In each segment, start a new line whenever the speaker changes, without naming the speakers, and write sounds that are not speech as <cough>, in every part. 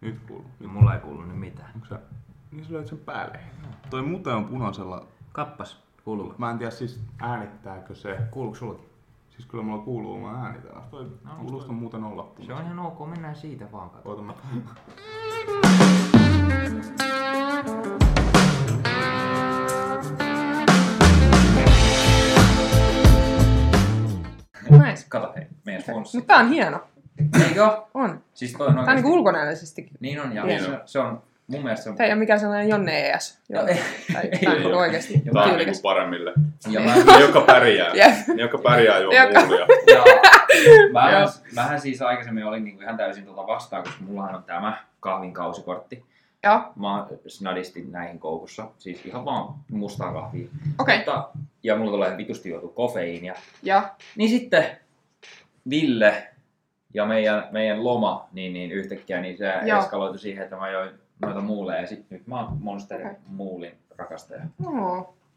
Nyt kuuluu. Nyt.
Mulla ei kuulunut mitään.
Onko sä... Niin sä löit sen päälle. Toi mute on punaisella.
Kappas, kuuluu.
Mä en tiedä siis äänittääkö se.
Kuuluuko sulki?
Siis kyllä mulla kuuluu, mä äänitän. Toi
No,
kuulusta
toi-
muuten olla
Se on ihan ok, mennään siitä vaan katsomaan.
Oota mä...
Nice.
Kato hei, meidän sponssi.
Mutta tää on hieno.
Eikö oo?
On.
Siis toi on
Tää on
oikeesti...
niinku ulkonäöllisestikin.
Niin on, ja
Niin
se, se on mun mielestä se on...
Tää ei ole mikään sellainen jonne ES.
Joo,
Joo.
No ei.
Tai
Ei
tää
oo.
on niinku oikeesti
Joo,
Tää on
tyylikäs.
niinku paremmille.
<laughs> Ja
Niin.
vähän,
Ne, jotka pärjää.
Jep.
ne, jotka pärjää juo
Joka-
muulia.
ja, vähän,
Joo.
vähän siis aikaisemmin olin niinku ihan täysin tota vastaan, koska mullahan on tämä kahvin kausikortti.
Joo.
Mä oon snadisti näihin koukussa, siis ihan vaan mustaa kahvia.
Okei.
Mutta, ja mulla tulee vitusti joutu kofeiinia.
Ja.
Niin sitten Ville ja meidän, meidän loma, niin, niin yhtäkkiä niin se
Joo.
eskaloitu siihen, että mä join noita muuleja. Ja sit nyt mä oon Monster
Okei.
Muulin rakastaja.
No,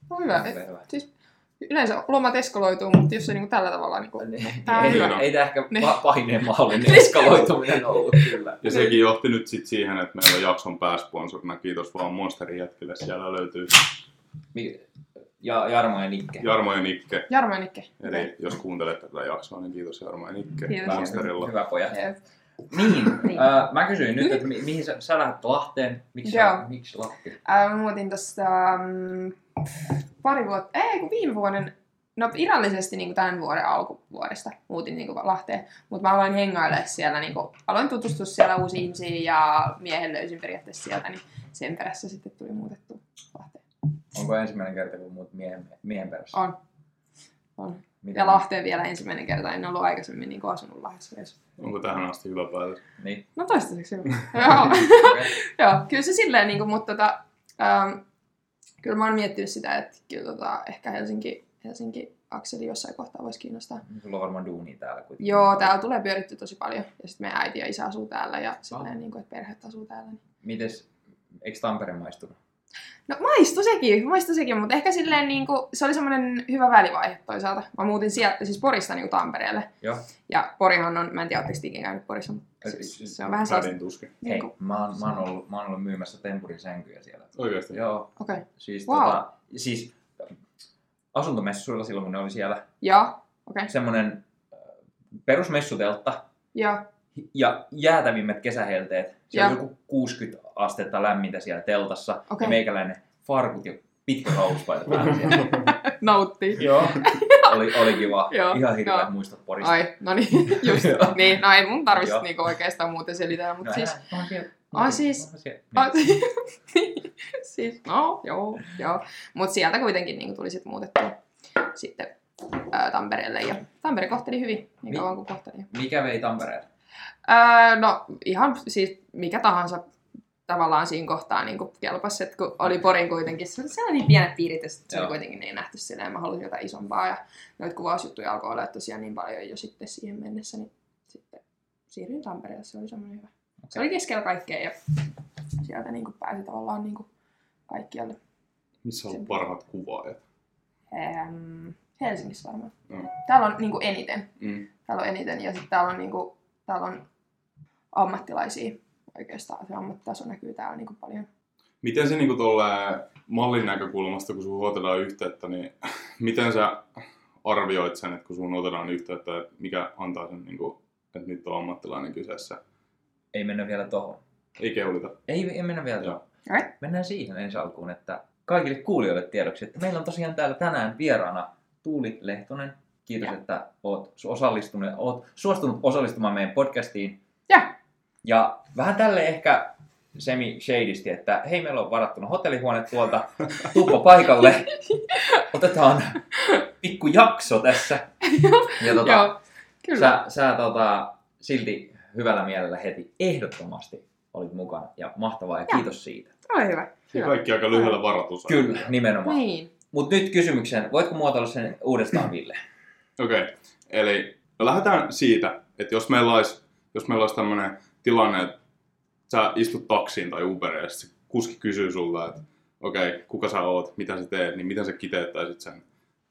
no hyvä.
Hyvä,
Et-
hyvä.
Siis yleensä lomat eskaloituu, mutta jos se niinku tällä tavalla niinku...
Niin.
Tää on
ei,
hyvä.
ei tää ehkä
Niin.
pa- pahinen mahdollinen eskaloituminen ollut kyllä.
Ja sekin johti nyt sit siihen, että meillä on jakson pääsponsorina. Kiitos vaan Monsterin jätkille. Siellä löytyy
Mi- Ja Jarmo ja Nikke.
Jarmo ja Nikke.
Jarmo ja Nikke.
Niin.
Eli jos kuuntelet tätä jaksoa, niin kiitos Jarmo ja Nikke
Kiitos.
Monsterilla.
Hyvä pojat.
Jep.
Niin,
Niin.
äh, mä kysyin nyt, että mi- mihin sä, sä lähdet Lahteen? Miksi, sä,
Joo.
miksi Lahti?
Ää, Mä muutin tossa äm, pari vuotta, ei kun viime vuoden, no virallisesti niin tämän vuoden alkuvuodesta muutin niin Lahteen, mutta mä aloin hengailemaan siellä, niin kuin, aloin tutustua siellä uusiin ihmisiin ja miehen löysin periaatteessa sieltä, niin sen perässä sitten tuli muutettu Lahteen.
Onko ensimmäinen kerta, kun muut miehen, miehen perässä?
On. On.
Miten-
Ja Lahteen vielä ensimmäinen kerta, en ollut aikaisemmin niin asunut Lahdessa edes.
Onko tähän asti hyvä päätös?
Niin.
No toistaiseksi joo. joo.
Okei.
Joo, kyllä se silleen, niin kuin, mutta tota, ähm, kyllä mä oon miettinyt sitä, että kyllä tota, ehkä Helsinki, Helsinki akseli jossain kohtaa voisi kiinnostaa.
Sulla on varmaan duuni täällä kuitenkin.
Joo, täällä tulee pyöritty tosi paljon. Ja sitten meidän äiti ja isä asuu täällä ja
Ah.
silleen, niin kuin, että perheet asuu täällä. niin-
Mites, eikö Tampere maistunut?
No maistu sekin, maistu sekin, mutta ehkä silleen niin kuin, se oli semmoinen hyvä välivaihe toisaalta. Mä muutin sieltä, siis Porista niin kuin Tampereelle.
Joo.
Ja Porihan on, mä en tiedä, oletteko te ikinä käynyt Porissa, mutta siis, se on vähän sellaista.
Värin tuskin.
Hei,
Niin kuin,
mä oon, mä, oon ollut, mä oon ollut myymässä tempurin sänkyjä siellä.
Oikeesti.
Joo,
okei.
siis,
Wow.
tota, siis asuntomessuilla silloin kun ne oli siellä,
Joo, okei.
semmonen äh, perusmessuteltta
Joo,
ja jäätävimmät kesähelteet. Siellä
Joo.
oli joku 60 astetta lämmintä siellä teltassa
Okei.
ja meikäläinen farkut ja pitkä hauspaita päällä
<laughs>
siellä.
nauttii.
Joo, <laughs> oli, oli kiva.
Joo,
Ihan hirveät
joo.
muistot Porista.
Ai, no niin, <laughs> just.
Joo.
niin, no ei mun tarvitsisi
Joo.
niinku oikeastaan muuten selitellä, mutta
No,
siis...
älä, onhan siellä-
Ah, siis-
onhan siellä-
A,
Niin.
<laughs> siis, no, joo, joo. Mutta sieltä kuitenkin niinku tuli sitten muutettua sitten ää, Tampereelle. Ja Tampere kohteli hyvin, niin
Mi-
kauan kuin kohteli.
Mikä vei Tampereen?
Ää, no, ihan siis mikä tahansa tavallaan siinä kohtaa niin kelpasi, että kun oli Porin kuitenkin, se oli siellä niin pienet piirit, ja sit se oli
Joo.
kuitenkin niin nähty silleen, mä halusin jotain isompaa, ja noita kuvausjuttuja alkoi olla tosiaan niin paljon jo sitten siihen mennessä, niin sitten siirryin Tampereelle, se oli semmoinen hyvä. Se oli keskellä kaikkea, ja sieltä niin pääsi tavallaan niin kaikkialle.
Missä on ollut parhaat kuvaajat?
Ähm, Helsingissä varmaan.
Mm.
Täällä on niin eniten
Mm.
täällä on eniten. Ja sitten täällä on, niinku, täällä on ammattilaisia oikeastaan. Se ammattitaso näkyy täällä niinku paljon.
Miten se niinku tolleen mallin näkökulmasta, kun sun otetaan yhteyttä, niin <laughs> miten sä arvioit sen, että kun sun otetaan yhteyttä, että mikä antaa sen, niinku, että nyt on ammattilainen kyseessä?
Ei mennä vielä tohon.
Ei keulita.
Ei, ei mennä vielä
Joo.
tuohon.
Alright.
Mennään siihen ensi alkuun, että kaikille kuulijoille tiedoksi, että meillä on tosiaan täällä tänään vieraana Tuuli Lehtonen. Kiitos,
Ja.
että oot, osallistunut, oot suostunut osallistumaan meidän podcastiin.
Ja.
Ja vähän tälle ehkä semi shadisti, että hei, meillä on varattuna hotellihuone
<laughs>
tuolta, tuppa paikalle, otetaan pikku jakso tässä. Ja tota,
<laughs> Joo, kyllä.
Sä, sä tota, silti hyvällä mielellä heti ehdottomasti olit mukana ja mahtavaa ja
Joo.
kiitos siitä.
Ole hyvä.
Ja
Hyvä.
kaikki aika lyhyellä varoitusajalla.
Kyllä, nimenomaan.
Niin.
Mutta nyt kysymyksen, voitko muotoilla sen uudestaan Ville?
Okei, okay. eli no lähdetään siitä, että jos meillä olisi, jos meillä olisi tämmöinen tilanne, että sä istut taksiin tai Uberiin ja sit se kuski kysyy sulta, että okei, okay, kuka sä oot, mitä sä teet, niin miten sä kiteyttäisit sen niinku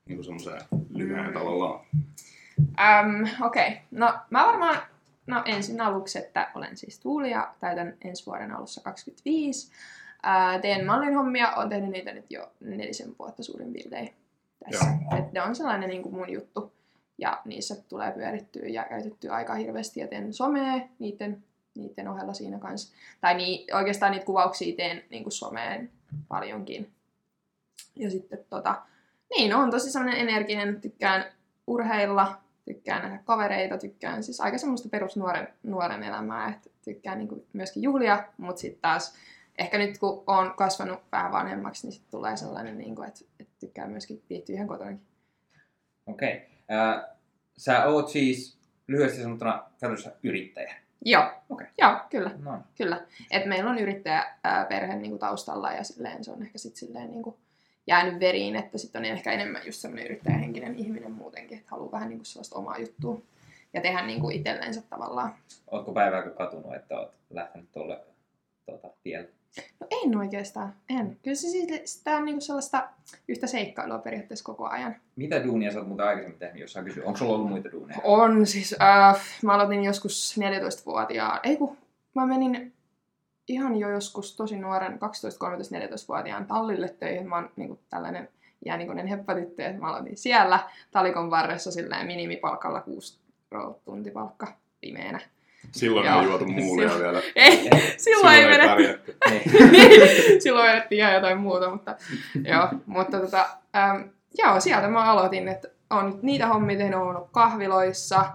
niin semmoiseen lyhyen tavallaan.
Äm, Okei. No mä varmaan No ensin aluksi, että olen siis Tuuli ja täytän ensi vuoden alussa 25. Ää, teen mallin hommia, olen tehnyt niitä nyt jo nelisen vuotta suurin piirtein tässä. Et ne on sellainen niin kuin mun juttu ja niissä tulee pyörittyä ja käytettyä aika hirveästi ja teen somea niiden, niiden ohella siinä kanssa. Tai nii, oikeastaan niitä kuvauksia teen niin kuin someen paljonkin. Ja sitten tota, niin on tosi sellainen energinen, tykkään urheilla, tykkään nähdä kavereita, tykkään siis aika semmoista perusnuoren nuoren elämää, että tykkään niin myöskin juhlia, mutta sitten taas ehkä nyt kun on kasvanut vähän vanhemmaksi, niin sitten tulee sellainen, niin kuin, että, että tykkään myöskin viihtyä ihan kotonakin.
Okei. Ää, sä oot siis lyhyesti sanottuna käytännössä yrittäjä.
Joo,
Okei.
joo kyllä,
No.
kyllä. Et meillä on yrittäjäperhe niin kuin taustalla ja silleen, se on ehkä sit silleen, niin kuin jäänyt veriin, että sitten on ehkä enemmän just semmoinen yrittäjähenkinen ihminen muutenkin, että haluaa vähän niin kuin sellaista omaa juttua ja tehdä niin kuin itsellensä tavallaan.
Ootko päivääkö katunut, että oot lähtenyt tuolle tuota, tielle?
No en oikeastaan, en. Kyllä se siitä, sitä on niinku sellaista yhtä seikkailua periaatteessa koko ajan.
Mitä duunia sä oot muuten aikaisemmin tehnyt, jos sä kysyy? Onko sulla ollut muita
<laughs>
duuneja?
On siis, äh, mä aloitin joskus 14-vuotiaan, ei kun mä menin ihan jo joskus tosi nuoren 12-13-14-vuotiaan tallille töihin. Mä oon niinku tällainen jäänikoinen heppatyttö, että mä aloitin siellä talikon varressa silleen minimipalkalla 6 tuntipalkka pimeänä.
Silloin
Joo.
ei juotu muulia vielä.
Ei, silloin ei mene
pärjätty.
Eh, niin.
<laughs> silloin edettiin ihan jotain muuta, mutta joo. Mutta tota, äm, joo, sieltä mä aloitin, että on nyt niitä hommia tehnyt, on ollut kahviloissa,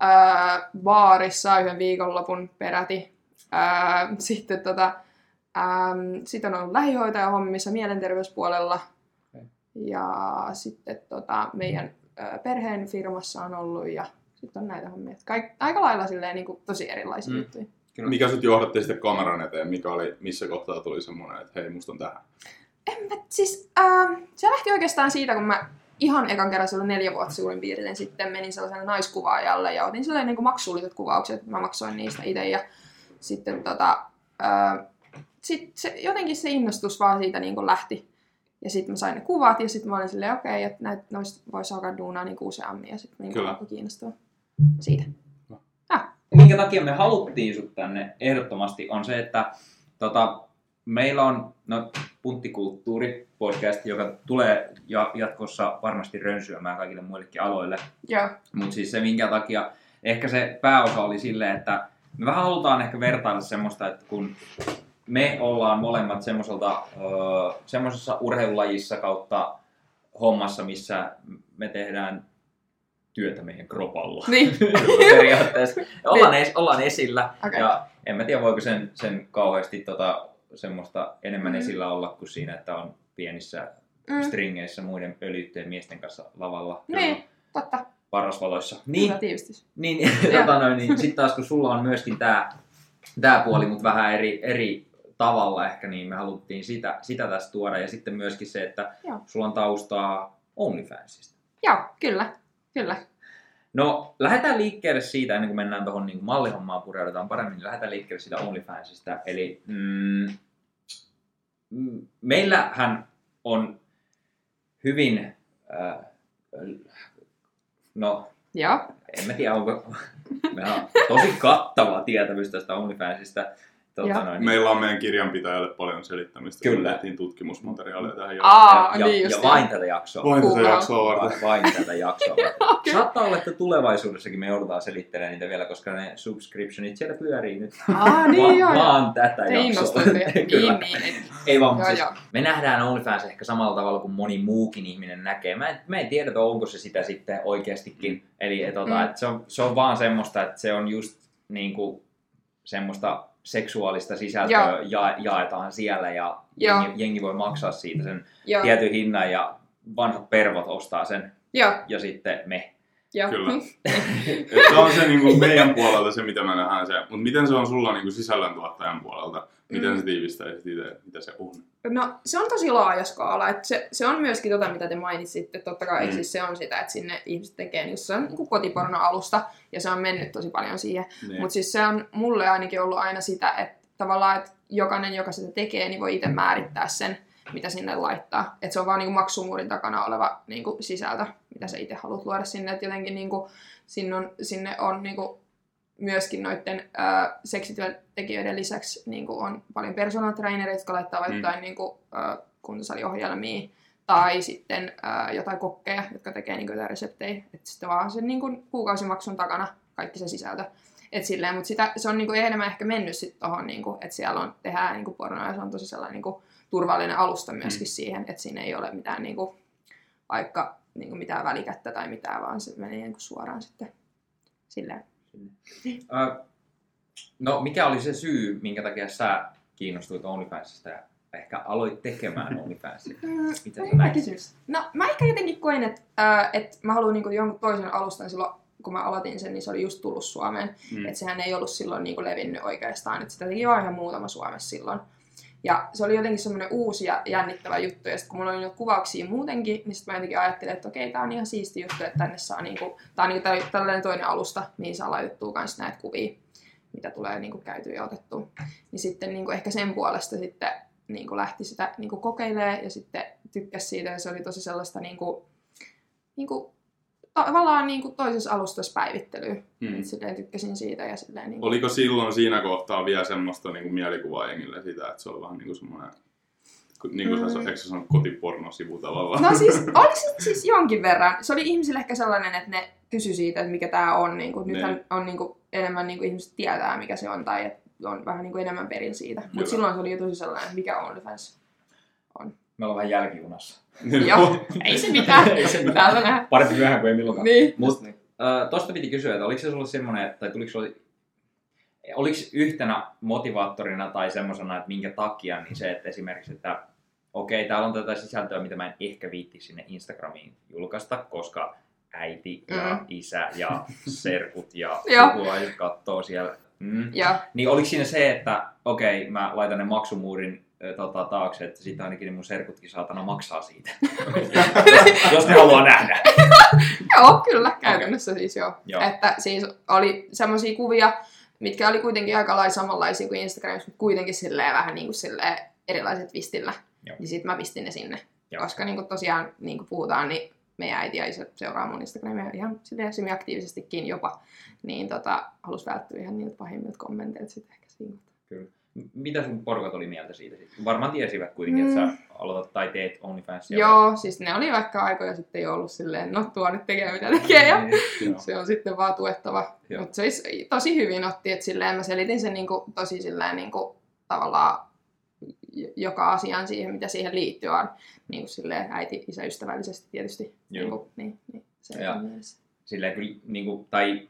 ää, baarissa yhden viikonlopun peräti. Ää, sitten tota, äm, sit on ollut lähihoitaja hommissa mielenterveyspuolella.
Okei.
Ja sitten tota, meidän ää, perheen firmassa on ollut ja sitten on näitä hommia. Kaik, aika lailla silleen, niin kuin, tosi erilaisia
Mm.
mm. juttuja.
Mikä sut johdatti sitten kameran eteen? Mikä oli, missä kohtaa tuli semmoinen, että hei, musta on tähän.
En mä, siis, ähm, se lähti oikeastaan siitä, kun mä ihan ekan kerran silloin neljä vuotta suurin piirtein sitten menin sellaisena naiskuvaajalle ja otin sellainen niin maksulliset kuvaukset, mä maksoin niistä itse ja sitten tota, äh, sit se, jotenkin se innostus vaan siitä niin kuin lähti. Ja sitten mä sain ne kuvat ja sitten mä olin silleen, okei, okay, että näitä noista voisi alkaa duunaa niin kuin useammin ja sitten niin
Kyllä.
alkoi kiinnostua siitä.
minkä takia me haluttiin sut tänne ehdottomasti on se, että tota, meillä on no, punttikulttuuri podcast, joka tulee ja jatkossa varmasti rönsyämään kaikille muillekin aloille.
Joo,
Mutta siis se minkä takia, ehkä se pääosa oli silleen, että me vähän halutaan ehkä vertailla semmoista, että kun me ollaan molemmat semmoiselta, öö, semmoisessa urheilulajissa kautta hommassa, missä me tehdään työtä meidän kropalla.
niin, <laughs>
periaatteessa. Ollaan, es, ollaan esillä.
Okei.
Ja en mä tiedä, voiko sen, sen kauheasti tota, semmoista enemmän
Mm.
esillä olla kuin siinä, että on pienissä niin.
mm,
stringeissä muiden öljyttyjen miesten kanssa lavalla.
niin, totta,
Parasvaloissa. Niin,
hyvä tiivistys.
niin, <laughs> tota noin, niin sitten taas kun sulla on myöskin tämä tää puoli, mutta vähän eri, eri tavalla ehkä, niin me haluttiin sitä, sitä tässä tuoda. Ja sitten myöskin se, että
Joo.
sulla on taustaa OnlyFansista.
Joo, kyllä, kyllä.
No, lähdetään liikkeelle siitä, ennen kuin mennään tuohon niin mallihommaan pureudutaan paremmin, niin lähdetään liikkeelle siitä OnlyFansista. Eli mm, mm, meillähän on hyvin, äh, no
Joo,
en mä tiedä, onko, <laughs> meillä on tosi kattavaa tietämys tästä OnlyFansista. Tuota,
Joo.
noin,
Meillä on meidän kirjanpitäjälle paljon selittämistä.
Kyllä.
Me Tehtiin tutkimusmateriaalia tähän jo.
Aa.
ja, ja,
niin just
ja
niin.
vain tätä jaksoa.
Vain tätä
Kuulkaa.
jaksoa varten.
Va- vain tätä jaksoa.
<laughs> Okei.
Saattaa olla, että tulevaisuudessakin me joudutaan selittelemään niitä vielä, koska ne subscriptionit siellä pyörii nyt.
Aa, niin joo,
vaan,
joo.
vaan tätä
Te
jaksoa. <laughs>
<laughs>
innostuitte.
Kyllä.
niin, niin. et-
Ei vaan,
Joo,
siis,
joo.
me nähdään OnlyFans ehkä samalla tavalla kuin moni muukin ihminen näkee. Mä en, mä en tiedä, että onko se sitä sitten oikeastikin. Eli et, tota,
Mm.
et se, on, se on vaan semmoista, että se on just niin kuin, semmoista seksuaalista sisältöä
Joo.
ja, jaetaan siellä ja
Joo.
jengi, jengi voi maksaa siitä sen
Joo,
tietyn hinnan ja vanhat pervot ostaa sen
joo,
ja sitten
<laughs>
me.
joo.
Kyllä. Tämä on se niin kuin meidän puolelta se, mitä me nähdään se. Mutta miten se on sulla niin kuin sisällöntuottajan puolelta? Miten
Mm.
se tiivistäisit itse, mitä se on?
No, se on tosi laaja skaala. Et se, se on myöskin tota, mitä te mainitsitte. Totta kai
Mm.
mm. siis se on sitä, että sinne ihmiset tekee, niin se on niin kotiporno-alusta ja se on mennyt tosi paljon siihen.
Niin.
Mutta siis se on mulle ainakin ollut aina sitä, että tavallaan, että jokainen, joka sitä tekee, niin voi itse määrittää sen, mitä sinne laittaa. Että se on vaan niin maksumuurin takana oleva niin kuin niinku sisältö, mitä sä itse haluat luoda sinne. Että jotenkin niin kuin, sinne on, sinne on niin kuin, myöskin noiden äh, seksityöntekijöiden lisäksi niin kuin on paljon personal trainereita, jotka laittaa
Mm.
mm. jotain niin kuin, äh, kuntosaliohjelmia tai sitten äh, jotain kokkeja, jotka tekee niin kuin, jotain reseptejä. Et sitten vaan sen niin kuin, kuukausimaksun takana kaikki se sisältö. Et silleen, mutta sitä, se on niinku enemmän ehkä mennyt sitten tuohon, niinku, että siellä on, tehdään niinku pornoa ja se on tosi sellainen niinku, turvallinen alusta myöskin mm. siihen, että siinä ei ole mitään niinku, vaikka niinku, mitään välikättä tai mitään, vaan se menee niinku, suoraan sitten silleen.
Ö, no, mikä oli se syy, minkä takia sä kiinnostuit OnlyFansista ja ehkä aloit tekemään OnlyFansia?
Mm,
Mitä sä
Hyvä
näit?
kysymys. No mä ehkä jotenkin koin, että äh, et mä haluan niinku, jonkun toisen alustan silloin, kun mä aloitin sen, niin se oli just tullut Suomeen.
Mm.
Et sehän ei ollut silloin niin kuin levinnyt oikeastaan, että sitä teki vaan ihan muutama Suomessa silloin. Ja se oli jotenkin semmoinen uusi ja jännittävä juttu, ja sitten kun mulla oli niitä kuvauksia muutenkin, niin sitten mä jotenkin ajattelin, että okei, tää on ihan siisti juttu, että tänne saa niinku, tää on niinku täl- tällainen toinen alusta, mihin saa laitettua kans näitä kuvia, mitä tulee niinku käytyä ja otettua. Niin sitten niinku ehkä sen puolesta sitten niinku lähti sitä niinku kokeilemaan ja sitten tykkäsi siitä, ja se oli tosi sellaista niinku, niinku, tavallaan niinku toisessa alustassa päivittelyä.
Mm.
Et Niin silleen tykkäsin siitä ja silleen niin
Oliko silloin siinä kohtaa vielä semmoista niin kuin mielikuvaa jengille sitä, että se oli vähän niin kuin semmoinen, niin kuin mm. sä,
Mm.
eikö sä sanonut kotipornosivu tavallaan?
No siis, oli se siis jonkin verran. Se oli ihmisille ehkä sellainen, että ne kysy siitä, että mikä tämä on. Niin kuin, nythän
Niin.
on niin kuin, enemmän niin kuin ihmiset tietää, mikä se on, tai että on vähän niin kuin enemmän perin siitä.
Kyllä.
Mutta silloin se oli jo tosi sellainen, että mikä on OnlyFans.
Me ollaan vähän jälkijunassa.
<laughs> Niin,
Joo,
<laughs>
ei se mitään.
Ei se mitään.
Täältä nähdään.
Parempi myöhään kuin ei milloinkaan.
Niin.
Mut, äh, tosta piti kysyä, että oliko se sulla semmoinen, että tai tuliko sulla, oliko yhtenä motivaattorina tai semmoisena, että minkä takia, niin se, että esimerkiksi, että okei, täällä on tätä sisältöä, mitä mä en ehkä viitti sinne Instagramiin julkaista, koska äiti ja
Mm.
isä ja serkut ja
Joo.
sukulaiset kattoo siellä. Mm.
Ja
Niin oliko siinä se, että okei, mä laitan ne maksumuurin ö, tota, taakse, että sitten ainakin ne mun serkutkin saatana maksaa
<laughs>
siitä, jos ne haluaa nähdä.
joo, kyllä, käytännössä siis joo.
Joo.
Että siis oli semmoisia kuvia, mitkä oli kuitenkin aika lailla samanlaisia kuin Instagramissa, mutta kuitenkin silleen vähän niin kuin silleen erilaiset vistillä.
Joo.
Ja sitten mä pistin ne sinne.
Joo.
Koska niin kuin tosiaan, niin kuin puhutaan, niin meidän äiti ja isä seuraa mun Instagramia ihan silleen semiaktiivisestikin jopa. Niin tota, halus välttyä ihan niiltä pahimmilta kommenteilta sitten ehkä siinä.
M- Mitä sun porukat oli mieltä siitä? sit? Varmaan tiesivät kuitenkin, että sä aloitat tai teet OnlyFansia.
Mm. Joo, siis ne oli vaikka aikoja sitten jo ollut silleen, no tuo nyt tekee mitä tekee. Ja
Niin.
joo.
se on sitten vaan tuettava.
Joo.
Mutta se is- tosi hyvin otti, että silleen mä selitin sen niinku, tosi silleen niinku, tavallaan j- joka asiaan siihen, mitä siihen liittyy on. Niin kuin silleen äiti isä ystävällisesti tietysti.
Joo.
Niinku, niin, niin, se
Ja.
on mielessä.
Silleen kyllä, niin kuin, tai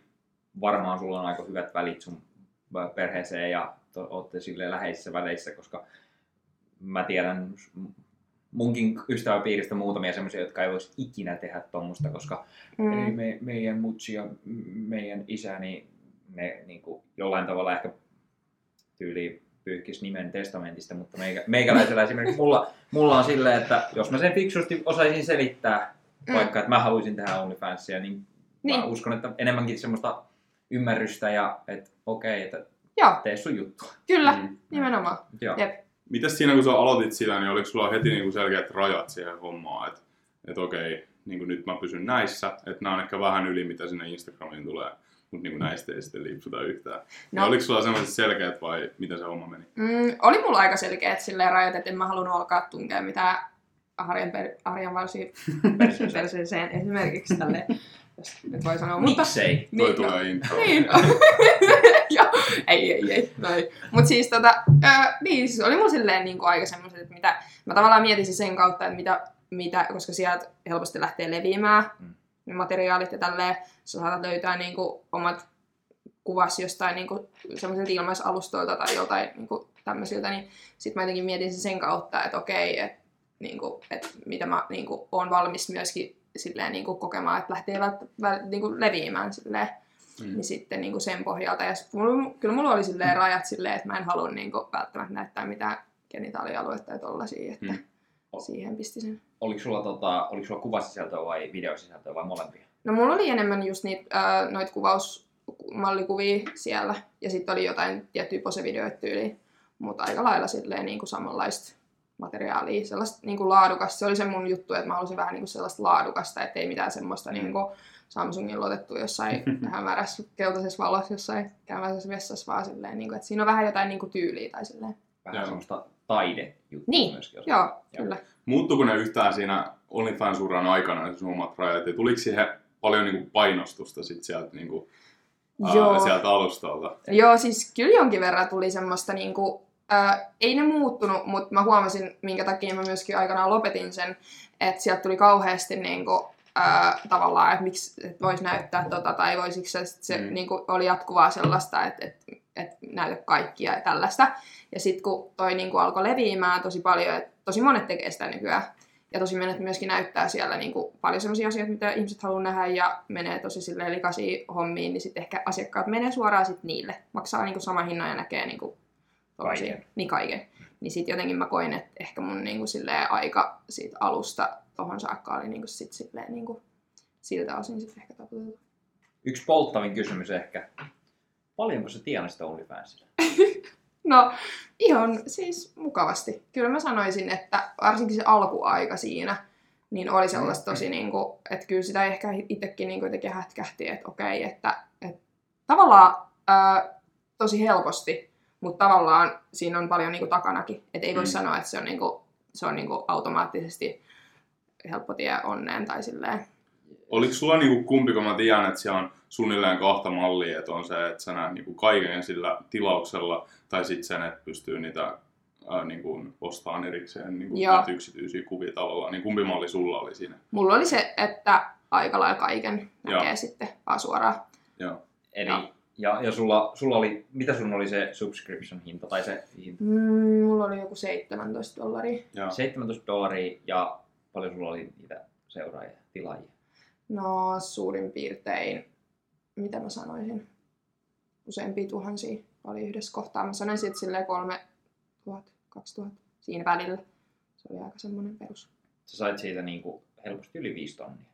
varmaan sulla on aika hyvät välit sun perheeseen ja to, ootte silleen läheisissä väleissä, koska mä tiedän s- munkin ystäväpiiristä muutamia semmoisia, jotka ei voisi ikinä tehdä tuommoista, koska Eli
Mm.
me, meidän mutsi ja m- meidän isä, niin ne niin kuin, jollain tavalla ehkä tyyli pyyhkis nimen testamentista, mutta meikä, meikäläisellä esimerkiksi mulla, mulla on silleen, että jos mä sen fiksusti osaisin selittää,
Mm.
vaikka että mä haluaisin tehdä OnlyFansia, niin, niin.
Niin.
mä uskon, että enemmänkin semmoista ymmärrystä ja että okei, että
Joo,
tee sun juttu.
kyllä,
Mm.
nimenomaan.
Joo.
Jep.
Mitäs siinä, kun sä aloitit sitä, niin oliko sulla heti niinku selkeät rajat siihen hommaan, että et okei, niinku nyt mä pysyn näissä, että nämä on ehkä vähän yli, mitä sinne Instagramiin tulee, mutta niinku näistä ei sitten liipsuta yhtään. No.
No.
Oliko sulla sellaiset selkeät vai miten se homma meni?
Mm, oli mulla aika selkeät silleen rajat, että en mä halunnut alkaa tunkea mitään harjan, per, harjan varsin
<laughs> Perseeseen.
perseeseen esimerkiksi tälle, jos nyt voi sanoa. <laughs> Mutta,
Miksei?
Niin. Toi
no-
tulee intro.
Niin. <laughs> Joo, ei, ei, ei. No ei. Mut siis tota, ö, niin, siis oli mulla silleen niin aika semmoset, että mitä, mä tavallaan mietin se sen kautta, että mitä, mitä koska sieltä helposti lähtee leviämään
Mm.
ne materiaalit ja tälleen, sä saatat löytää niin kuin, omat kuvas jostain niin kuin, semmoisilta ilmaisalustoilta tai jotain niin kuin, tämmöisiltä, niin sit mä jotenkin mietin sen sen kautta, että okei, että niin kuin, että mitä mä niin kuin, on valmis myöskin silleen niin kuin, kokemaan, että lähtee vält, vält, niin kuin, leviämään silleen
Mm. Mm.
niin sitten niin kuin sen pohjalta. Ja sit mulla, kyllä mulla oli silleen rajat silleen, että mä en halua niin kuin, välttämättä näyttää mitään genitaalialuetta ja tollasia, että
Mm.
O-
siihen pisti sen.
Oliko sulla, tota, oliko sulla kuvasisältöä vai videosisältöä vai molempia?
No mulla oli enemmän just niitä äh, noit kuvausmallikuvia siellä ja sitten oli jotain tiettyä posevideoita tyyliä, mutta aika lailla silleen niin kuin niinku samanlaista materiaalia. Sellaista niin kuin laadukasta. Se oli se mun juttu, että mä halusin vähän niin kuin sellaista laadukasta, ettei mitään semmoista niin kuin Samsungilla otettu jossain vähän väärässä keltaisessa valossa jossain käymäisessä vessassa vaan silleen, niin kuin, että siinä on vähän jotain niin kuin tyyliä tai silleen.
Vähän
Joo.
semmoista taidejuttua
Niin,
myöskin.
Joo, kyllä.
Muuttuuko ne yhtään siinä OnlyFans-uran aikana ne sun omat rajat? Ja tuliko siihen paljon niinku painostusta sit sieltä, niinku,
Joo.
ää, sieltä alustalta?
Joo, siis kyllä jonkin verran tuli semmoista, niin kuin, ää, ei ne muuttunut, mutta mä huomasin, minkä takia mä myöskin aikanaan lopetin sen, että sieltä tuli kauheasti niin kuin, ää, tavallaan, että miksi et voisi näyttää tota, tai voisiko se, sit se
Mm.
mm. niin kuin, oli jatkuvaa sellaista, että et, et näytä kaikkia ja tällaista. Ja sitten kun toi niin kuin, alkoi leviämään tosi paljon, että tosi monet tekee sitä nykyään, ja tosi monet myöskin näyttää siellä niin kuin paljon sellaisia asioita, mitä ihmiset haluaa nähdä ja menee tosi silleen likaisiin hommiin, niin sitten ehkä asiakkaat menee suoraan sit niille. Maksaa niin kuin sama hinnan ja näkee niin kuin
Kaiken.
Niin kaiken. Niin sitten jotenkin mä koin, että ehkä mun niin kuin silleen aika siitä alusta tohon saakka oli niin kuin sit silleen niin kuin siltä osin sitten ehkä taputeltu.
Yksi polttavin kysymys ehkä. Paljonko sä tienasit OnlyFansilla?
No ihan siis mukavasti. Kyllä mä sanoisin, että varsinkin se alkuaika siinä, niin oli sellaista tosi, niin kuin, että kyllä sitä ehkä itsekin niin jotenkin hätkähti, että okei, että, että tavallaan ää, tosi helposti, mutta tavallaan siinä on paljon niin kuin, takanakin. Että ei voi
Mm.
mm. sanoa, että se on, niin kuin, se on niin kuin, automaattisesti helppo tie onneen tai silleen.
Oliko sulla niinku kumpi, kun mä tiedän, että siellä on suunnilleen kahta mallia, että on se, että sä näet niinku kaiken sillä tilauksella, tai sitten sen, että pystyy niitä ää, niinku ostaan erikseen niinku
Joo.
näitä yksityisiä kuvia tavallaan, niin kumpi malli sulla oli siinä?
Mulla oli se, että aika lailla kaiken
Joo.
näkee sitten vaan suoraan.
Eli,
Joo.
ja, ja sulla, sulla oli, mitä sun oli se subscription hinta tai se hinta?
Mm, mulla oli joku 17 dollaria.
Joo.
17 dollaria ja paljon sulla oli niitä seuraajia, tilaajia?
No suurin piirtein, mitä mä sanoisin, useampia tuhansia oli yhdessä kohtaa. Mä sanoisin, että silleen kolme tuhat, kaksi tuhat siinä välillä. Se oli aika semmoinen perus.
Sä sait siitä niinku helposti yli 5 tonnia.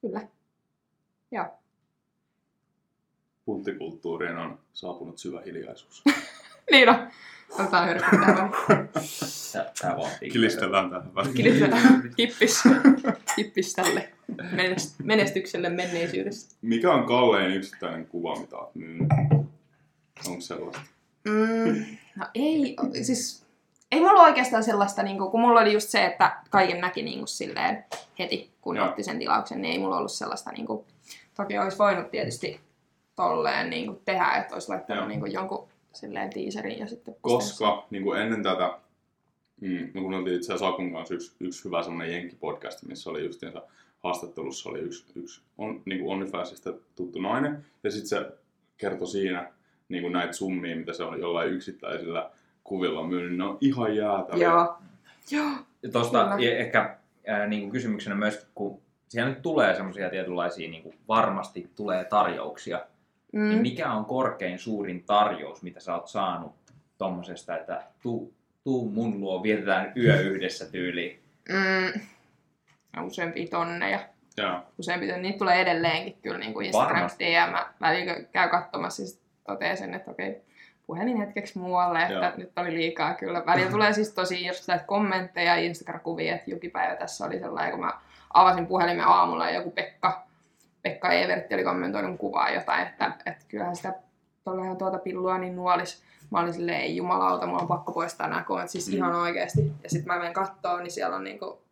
Kyllä.
Punttikulttuuriin on saapunut syvä hiljaisuus.
Niin on. Otetaan hyrkkyt täällä.
Tää, tää vaatii.
Kilistellään tähän väliin.
Kilistetään. Kippis. Kippis tälle menest- menestykselle menneisyydessä.
Mikä on kallein yksittäinen kuva, mitä oot myynyt? Onko sellaista?
Mm, <laughs> no ei, o- siis ei mulla oikeastaan sellaista, niin kuin, kun mulla oli just se, että kaiken näki niin kuin, silleen, heti, kun
Joo.
Joo. otti sen tilauksen, niin ei mulla ollut sellaista, niin kuin, toki olisi voinut tietysti tolleen niin kuin, tehdä, että olisi
Joo.
laittanut niin kuin, jonkun silleen tiiserin ja sitten pistänyt
Koska niin kuin ennen tätä, mm, me kuunneltiin itse asiassa Akun kanssa yksi, yksi hyvä semmoinen jenkkipodcast, missä oli justiinsa haastattelussa oli yksi, yksi on, niin kuin OnlyFansista tuttu nainen, ja sitten se kertoi siinä niin kuin näitä summia, mitä se on jollain yksittäisillä kuvilla myynyt. Ne on ihan
sen.
jäätäviä.
Joo. Joo.
Ja Tuosta
Kyllä.
ja ehkä ää, niin kuin kysymyksenä myös, kun siellä nyt tulee semmoisia tietynlaisia, niin kuin varmasti tulee tarjouksia, niin
Mm.
mikä on korkein suurin tarjous, mitä sä oot saanut tommosesta, että tuu, tuu mun luo, vietetään
<laughs>
yö yhdessä tyyliin.
Mm. Ja Useampia tonneja.
Joo.
Useampi tonni. Niitä tulee edelleenkin kyllä niin kuin Instagram
Varmasti.
DM. Välillä kun käy katsomassa ja sit toteaa sen, että okei, puhelin hetkeksi muualle, että
Joo.
Joo. nyt oli liikaa kyllä. Välillä tulee siis tosi irstaita kommentteja ja Instagram-kuvia, että jokipäivä tässä oli sellainen, kun mä avasin puhelimen aamulla ja joku Pekka, Pekka Evertti oli kommentoinut kuvaa jotain, että, että kyllähän sitä tuollahan tuota pillua niin nuolis. Mä olin silleen, ei jumalauta, mulla on pakko poistaa nämä kommentit, siis
Mm.
ihan oikeasti. Ja sitten mä menen kattoon, niin siellä on niinku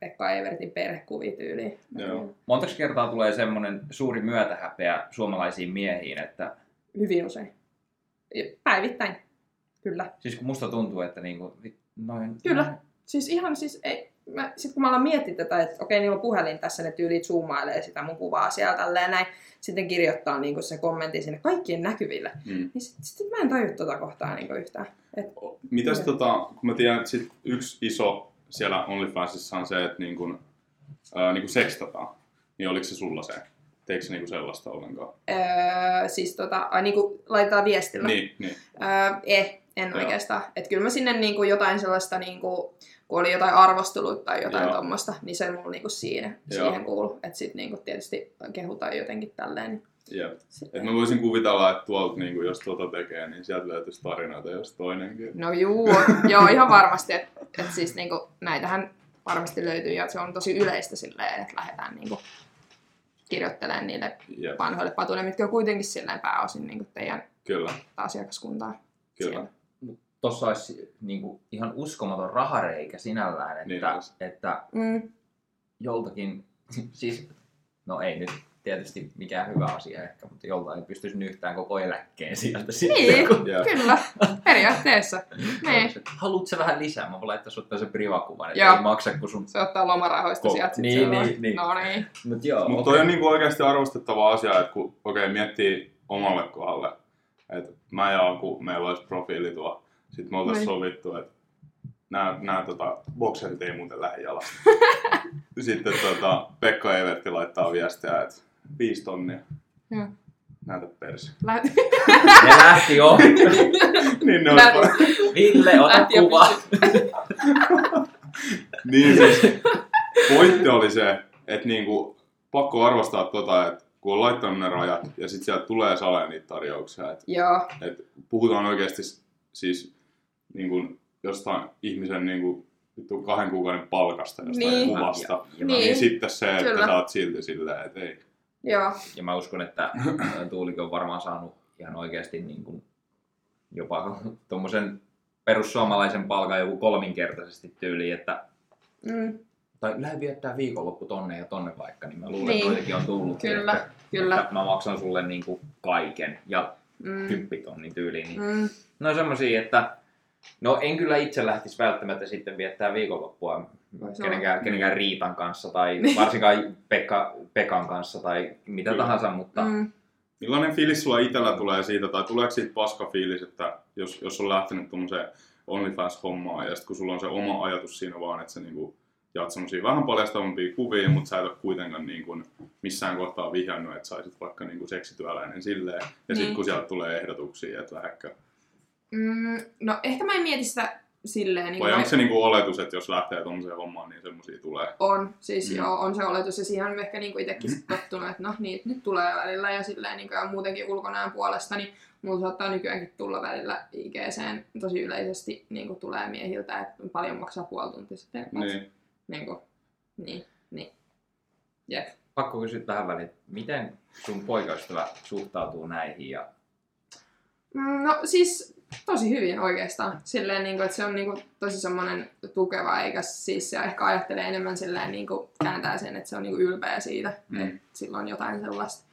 Pekka Evertin perhekuvityyli. Niin.
Joo.
Montaks kertaa tulee semmoinen suuri myötähäpeä suomalaisiin miehiin, että
Hyvin usein. Päivittäin. Kyllä.
siis kun musta tuntuu, että niin kuin, vit- noin,
Kyllä. Siis ihan siis ei... Mä, sit kun mä alan miettiä tätä, että okei, niillä on puhelin tässä, ne tyylit zoomailee sitä mun kuvaa siellä tälleen näin. Sitten kirjoittaa niin se kommentti sinne kaikkien näkyville.
Mm.
Niin sit, sit mä en taju tota kohtaa niin yhtään.
Mitäs
Joo.
tota, kun mä tiedän, että sit yksi iso siellä OnlyFansissa on se, että niin kun, ää, niin kun sekstataan, niin oliko se sulla se? Teikö se niinku sellaista ollenkaan?
Öö, siis tota, ai, niin kuin laitetaan viestillä.
Niin, niin.
Öö, eh, en
Joo.
Joo. oikeastaan. Että kyllä mä sinne niinku jotain sellaista, niinku, kun oli jotain arvostelut tai jotain
Joo.
tuommoista, niin se mulla niinku siinä,
Joo.
siihen kuuluu. Että sitten niinku tietysti kehutaan jotenkin tälleen. niin
Jep.
sitten-
Et mä voisin kuvitella, että tuolta, niin jos tuota tekee, niin sieltä löytyisi tarinoita, jos toinenkin.
No juu, joo, ihan varmasti. Et Et siis niinku, näitähän varmasti löytyy ja se on tosi yleistä silleen, että lähdetään niinku kirjoittelemaan niille
Jep,
vanhoille patuille, mitkä on kuitenkin silleen pääosin niinku teidän
kyllä,
asiakaskuntaa.
kyllä.
Tuossa olisi niin kuin, ihan uskomaton rahareikä sinällään, että,
Niin
niin,
olisi.
että
Mm,
joltakin, <laughs> siis no ei nyt tietysti mikään hyvä asia ehkä, mutta joltain pystyisi nyhtään koko eläkkeen sieltä sitten.
Niin.
kun-
Jep.
kyllä, periaatteessa. Niin.
Haluatko sä vähän lisää? Mä voin laittaa sut tämmöisen privakuvan, että
Joo.
ei maksa kun sun...
Se ottaa lomarahoista
Ko-
sieltä. sit
Niin,
se on-
niin, niin.
No niin.
Mut joo,
Mutta
<laughs>
toi on niinku oikeasti arvostettava asia, että kun okei, miettii omalle kohdalle, että mä ja Aku, meillä olisi profiili tuo, sit me oltais
Niin.
sovittu, että nää, nää tota, bokserit ei muuten lähde jalasta. Sitten tota, Pekka Evertti laittaa viestiä, että viisi tonnia.
Joo.
Näytä persi.
Lähti,
Ne lähti jo.
niin ne on
lähti,
Ville, ota
lähti jo
kuva.
pystyyn.
Niin siis pointti oli se, että niinku, pakko arvostaa tota, että kun on laittanut ne rajat ja sitten sieltä tulee saleen niitä tarjouksia, että
Joo,
puhutaan oikeasti s- siis niin kuin jostain ihmisen niin kuin, vittu kahden kuukauden palkasta, jostain
Niin.
niin. kuvasta.
Ja,
Niin.
ja,
Niin.
niin sitten se, että
Kyllä.
sä oot silti silleen, että ei.
joo.
mä, ja mä uskon, että äh, Tuulikin on varmaan saanut ihan oikeasti niin kuin, jopa tuommoisen perussuomalaisen palkan joku kolminkertaisesti tyyliin, että
Mm,
tai lähde viettää viikonloppu tonne ja tonne vaikka, niin mä luulen,
Niin.
että joitakin on tullut.
Kyllä,
että,
kyllä.
Että mä maksan sulle niin kuin kaiken ja
Mm,
kymppitonni tyyliin. Niin.
mm,
No semmosia, että no en kyllä itse lähtisi välttämättä sitten viettää viikonloppua
Voisi
kenenkään, kenenkään Riitan kanssa <laughs> tai varsinkaan Pekka, Pekan kanssa tai mitä
Kyllä.
tahansa, mutta mm.
mm,
Millainen fiilis sulla itellä tulee siitä, tai tuleeko siitä paska fiilis, että jos, jos on lähtenyt tuommoiseen OnlyFans-hommaan, ja sitten kun sulla on se oma ajatus siinä vaan, että sä niinku jaat semmosia vähän paljastavampia kuvia, mutta sä et ole kuitenkaan niinku missään kohtaa vihjannut, että saisit vaikka niinku seksityöläinen silleen, ja niin.
Niin.
sitten kun sieltä tulee ehdotuksia, että lähdekö
mm, no ehkä mä en mieti sitä silleen. Niin
Vai
mä-
onko se niinku oletus, että jos lähtee tuommoiseen hommaan, niin semmoisia tulee?
On, siis
Mm.
mm. joo, on se oletus ja siihen on ehkä niinku itsekin sit tottunut, että no niin, nyt tulee välillä ja silleen niinku, ja muutenkin ulkonäön puolesta, niin mulla saattaa nykyäänkin tulla välillä IGCen tosi yleisesti niinku tulee miehiltä, että paljon maksaa puoli tuntia sitten.
Niin.
Niinku, niin, niin. Jep.
pakko kysyä tähän väliin, että miten sun poikaystävä suhtautuu näihin ja
Mm, No siis tosi hyvin oikeastaan. Silleen, niin kuin, että se on niin kuin, tosi semmoinen tukeva, eikä siis se ehkä ajattelee enemmän silleen, niin kuin, kääntää sen, että se on niin kuin, ylpeä siitä,
Mm.
mm. että sillä on jotain sellaista,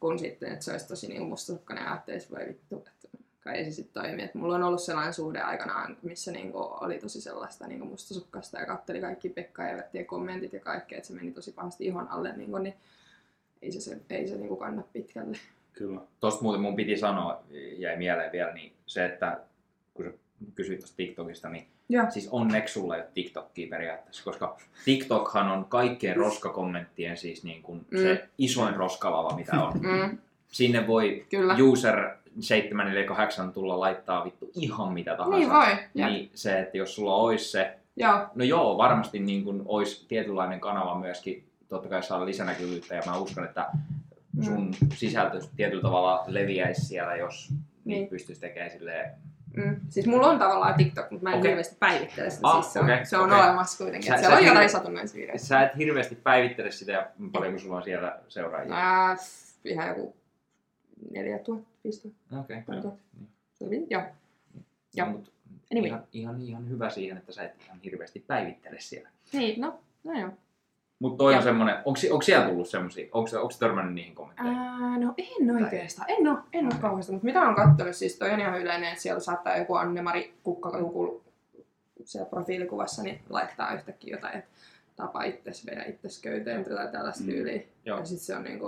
kun sitten, että se olisi tosi niin mustasukkainen ja ajattelisi, voi vittu, että kai se sitten toimii. Että mulla on ollut sellainen suhde aikanaan, missä niin kuin, oli tosi sellaista niin kuin mustasukkaista ja katteli kaikki Pekka ja Everttien kommentit ja kaikkea, että se meni tosi pahasti ihon alle, niin, kuin, niin ei se, se, ei se niin kuin, kanna pitkälle.
Kyllä.
Tuosta muuten mun piti sanoa, jäi mieleen vielä, niin se, että kun sä kysyit tuosta TikTokista, niin
Joo.
siis onneksi sulla ei ole TikTokia periaatteessa, koska TikTokhan on kaikkien roskakommenttien siis niin kuin mm. se isoin roskalava, mitä on.
Mm,
Sinne voi
kyllä.
user 748 tulla laittaa vittu ihan mitä tahansa.
Niin voi. Jep.
Niin se, että jos sulla olisi se,
Joo,
no joo, varmasti niin kuin olisi tietynlainen kanava myöskin, totta kai saada lisänäkyvyyttä ja mä uskon, että
Mm,
sun sisältö tietyllä tavalla leviäisi siellä, jos niin.
Niin.
niitä pystyisi tekemään silleen.
Mm. Siis mulla on tavallaan TikTok, mutta mä en
Okei.
okay. hirveästi päivittele sitä.
Ah,
siis se on,
okei,
se on
okei.
olemassa kuitenkin.
Sä-
Sä,
sä
siellä on
et
jotain
hirve-
satunnaisviireistä.
Sä et hirveästi päivittele sitä ja paljonko sulla on siellä seuraajia.
Ää, No, äh, ihan joku 4000, 5000.
Okei. Okay.
Joo. Joo. Joo.
Mut
Anyway.
Niin. ihan, ihan, ihan, hyvä siihen, että sä et ihan hirveästi päivittele siellä.
Niin, no, no joo.
Mutta toi on
Joo.
semmonen, onko, onko siellä tullut semmosia, onko, onko törmännyt niihin kommentteihin?
Ää, no en oikeastaan, en oo, en oo kauheasti, mutta mitä on kattonut, siis toi on ihan yleinen, että siellä saattaa joku Anne-Mari Kukka, joku siellä profiilikuvassa, niin laittaa yhtäkkiä jotain, että tapa itses, vedä itses köyteen tai jotain tällaista
Mm.
tyyliä.
Joo.
Ja sit se on
<laughs>
niinku,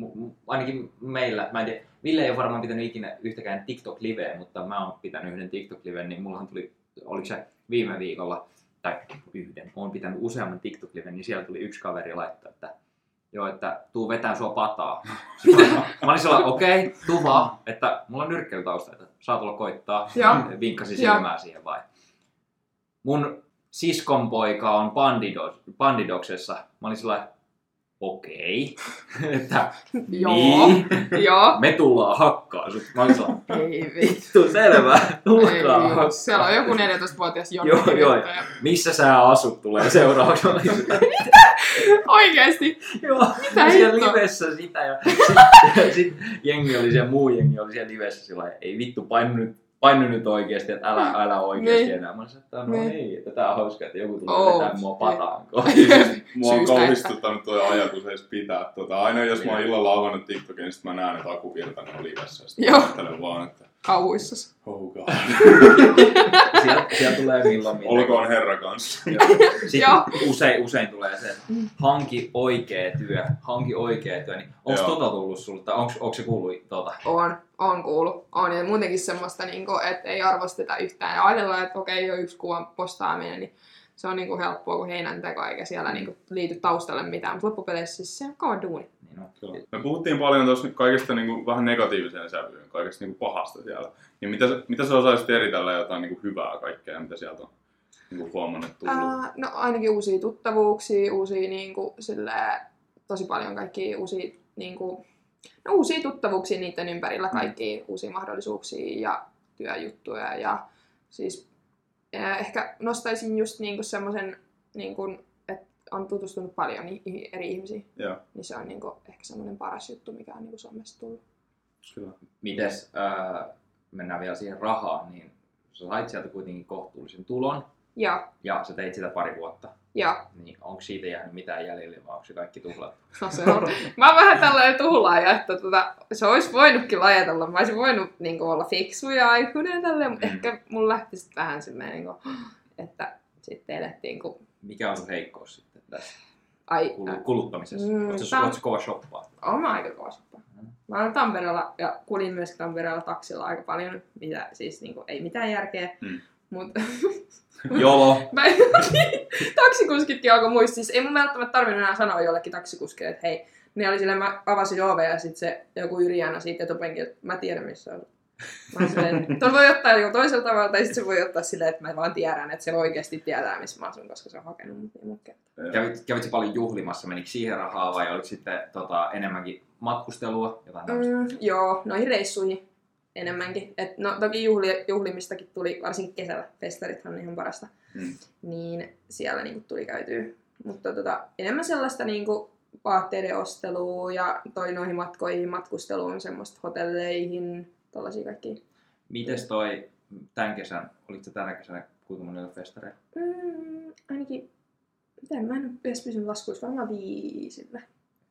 mu- mu- ainakin meillä, mä en tiedä, Ville ei ole varmaan pitänyt ikinä yhtäkään TikTok-liveä, mutta mä oon pitänyt yhden TikTok-liven, niin mullahan tuli, oliko se viime viikolla, tai yhden, oon pitänyt useamman TikTok-liven, niin siellä tuli yksi kaveri laittaa, että joo, että tuu vetää sua
<laughs>
pataa. Sitten mä, mä olin sellainen, okei, okay, tuu vaan, että mulla on nyrkkeilytausta, että saa tulla koittaa,
Joo.
vinkkasi
Joo.
silmää siihen vai. Mun siskon poika on bandido, bandidoksessa. Mä olin sellainen, okei. <laughs> että
Joo.
niin,
Joo.
me tullaan hakkaa sut. Mä olin sellainen,
Ei vittu.
vittu selvä,
Ei
tulkaa
vittu.
hakkaa.
Siellä on joku 14-vuotias jonne.
Joo, joo. Missä sä asut tulee seuraavaksi. Mä olin sillä,
Oikeesti.
Joo,
Mitä
ja siellä
hittoa?
livessä sitä ja sitten ja sit jengi oli siellä, muu jengi oli siellä livessä sillä lailla, ei vittu painu nyt, painu nyt oikeesti, että älä, älä oikeesti
Niin.
enää. Mä sanoin, että no
Niin.
niin, että tää on hauska, että joku tulee
Oo.
oh. vetää mua pataan.
siis, Mua on
<laughs> Syystä, että-
kauhistuttanut tuo ajatus edes pitää. Tota, aina jos mä oon
Niin.
illalla avannut TikTokin, niin sit mä näen, että Aku Virtanen on livessä. Sitten
Joo.
mä ajattelen vaan, että
Kauhuissas.
oh
<laughs>
god,
Siellä, siellä tulee milloin mitä.
olkoon herra kanssa.
Joo.
<laughs> Sitten usein, usein tulee se, että
Mm.
hanki oikea työ, hanki oikea työ. Niin onko
Joo.
tota tullut sulle, tai onko, onko se kuullut tota?
On, on kuullut. On ja muutenkin semmoista, niin kuin, että ei arvosteta yhtään ja ajatellaan, että okei, jo yksi kuvan postaaminen, niin se on niin kuin helppoa kuin heinän teko, eikä siellä niin kuin, liity taustalle mitään. Mutta loppupeleissä siis se on kova duuni.
Niin on.
Kyllä. Me puhuttiin paljon tuossa kaikesta niin kuin, vähän negatiiviseen sävyyn, kaikesta niin kuin, pahasta siellä. Niin mitä, sä- mitä sä osaisit eritellä jotain niin kuin, hyvää kaikkea, mitä sieltä on niin kuin, huomannut tullut? <laughs>
Ää, no ainakin uusia tuttavuuksia, uusia niin kuin, silleen, tosi paljon kaikkia uusia, niin kuin, no, uusia tuttavuuksia niiden ympärillä,
Mm.
kaikkia uusia mahdollisuuksia ja työjuttuja. Ja siis ää, ehkä nostaisin just niin kuin semmoisen, niin kuin, että on tutustunut paljon i- i- eri ihmisiin.
Joo.
Niin se on niin kuin, ehkä semmoinen paras juttu, mikä on niin kuin Suomessa tullut.
Kyllä.
Mites, äh, mennään vielä siihen rahaan, niin sä sait sieltä kuitenkin kohtuullisen tulon
Ja,
ja sä teit sitä pari vuotta.
ja.
<laughs>
Niin onko siitä jäänyt mitään jäljelle vai onko se kaikki tuhlattu?
No se on. Mä oon vähän tällainen tuhlaaja, että tota, se olisi voinutkin ajatella. Mä olisin voinut niin kuin, olla fiksu ja aikuinen tälleen, mutta
Mm.
ehkä mun lähti sit vähän silleen, niin kuin, <gasps> että sitten elettiin kuin,
Mikä on sun heikkous sitten tässä
ai,
kulu- kuluttamisessa?
Mm,
Mm, Oletko
tää on-
sä kova
<laughs>
shoppaa?
on mä aika koosippa.
Mm.
Mä olen Tampereella ja kulin myös Tampereella taksilla aika paljon, mitä siis niin kuin, ei mitään järkeä.
Mm.
<laughs> Mutta
Joo.
mä, <laughs> taksikuskitkin alkoi muistaa, siis ei mun välttämättä tarvinnut enää sanoa jollekin taksikuskille, että hei, ne oli sillä, mä avasin ove ja sitten se joku Yrjäänä siitä etupenkillä, että mä tiedän missä on. Mä oon silleen, ton voi ottaa joku toisella tavalla, tai sitten se voi ottaa silleen, että mä vaan tiedän, että se oikeasti tietää, missä mä asun, koska se on hakenut mut niin mulle kertaa.
Kävit, kävit sä paljon juhlimassa, menikö siihen rahaa vai oliko sitten tota, enemmänkin matkustelua? Jotain tämmöistä.
Mm, joo, noihin reissuihin enemmänkin. Et no toki juhli, juhlimistakin tuli, varsinkin kesällä, festarithan on ihan parasta.
Mm.
Niin siellä niinku tuli käytyä. Mutta tota, enemmän sellaista niinku vaatteiden ostelua ja toi noihin matkoihin, matkusteluun, semmoista hotelleihin, tollasia kaikkia.
Mites toi tämän kesän, oliko sä tänä kesänä kuinka monella festareilla?
Mm, ainakin, miten mä en ole edes pysynyt laskuissa, varmaan viisillä.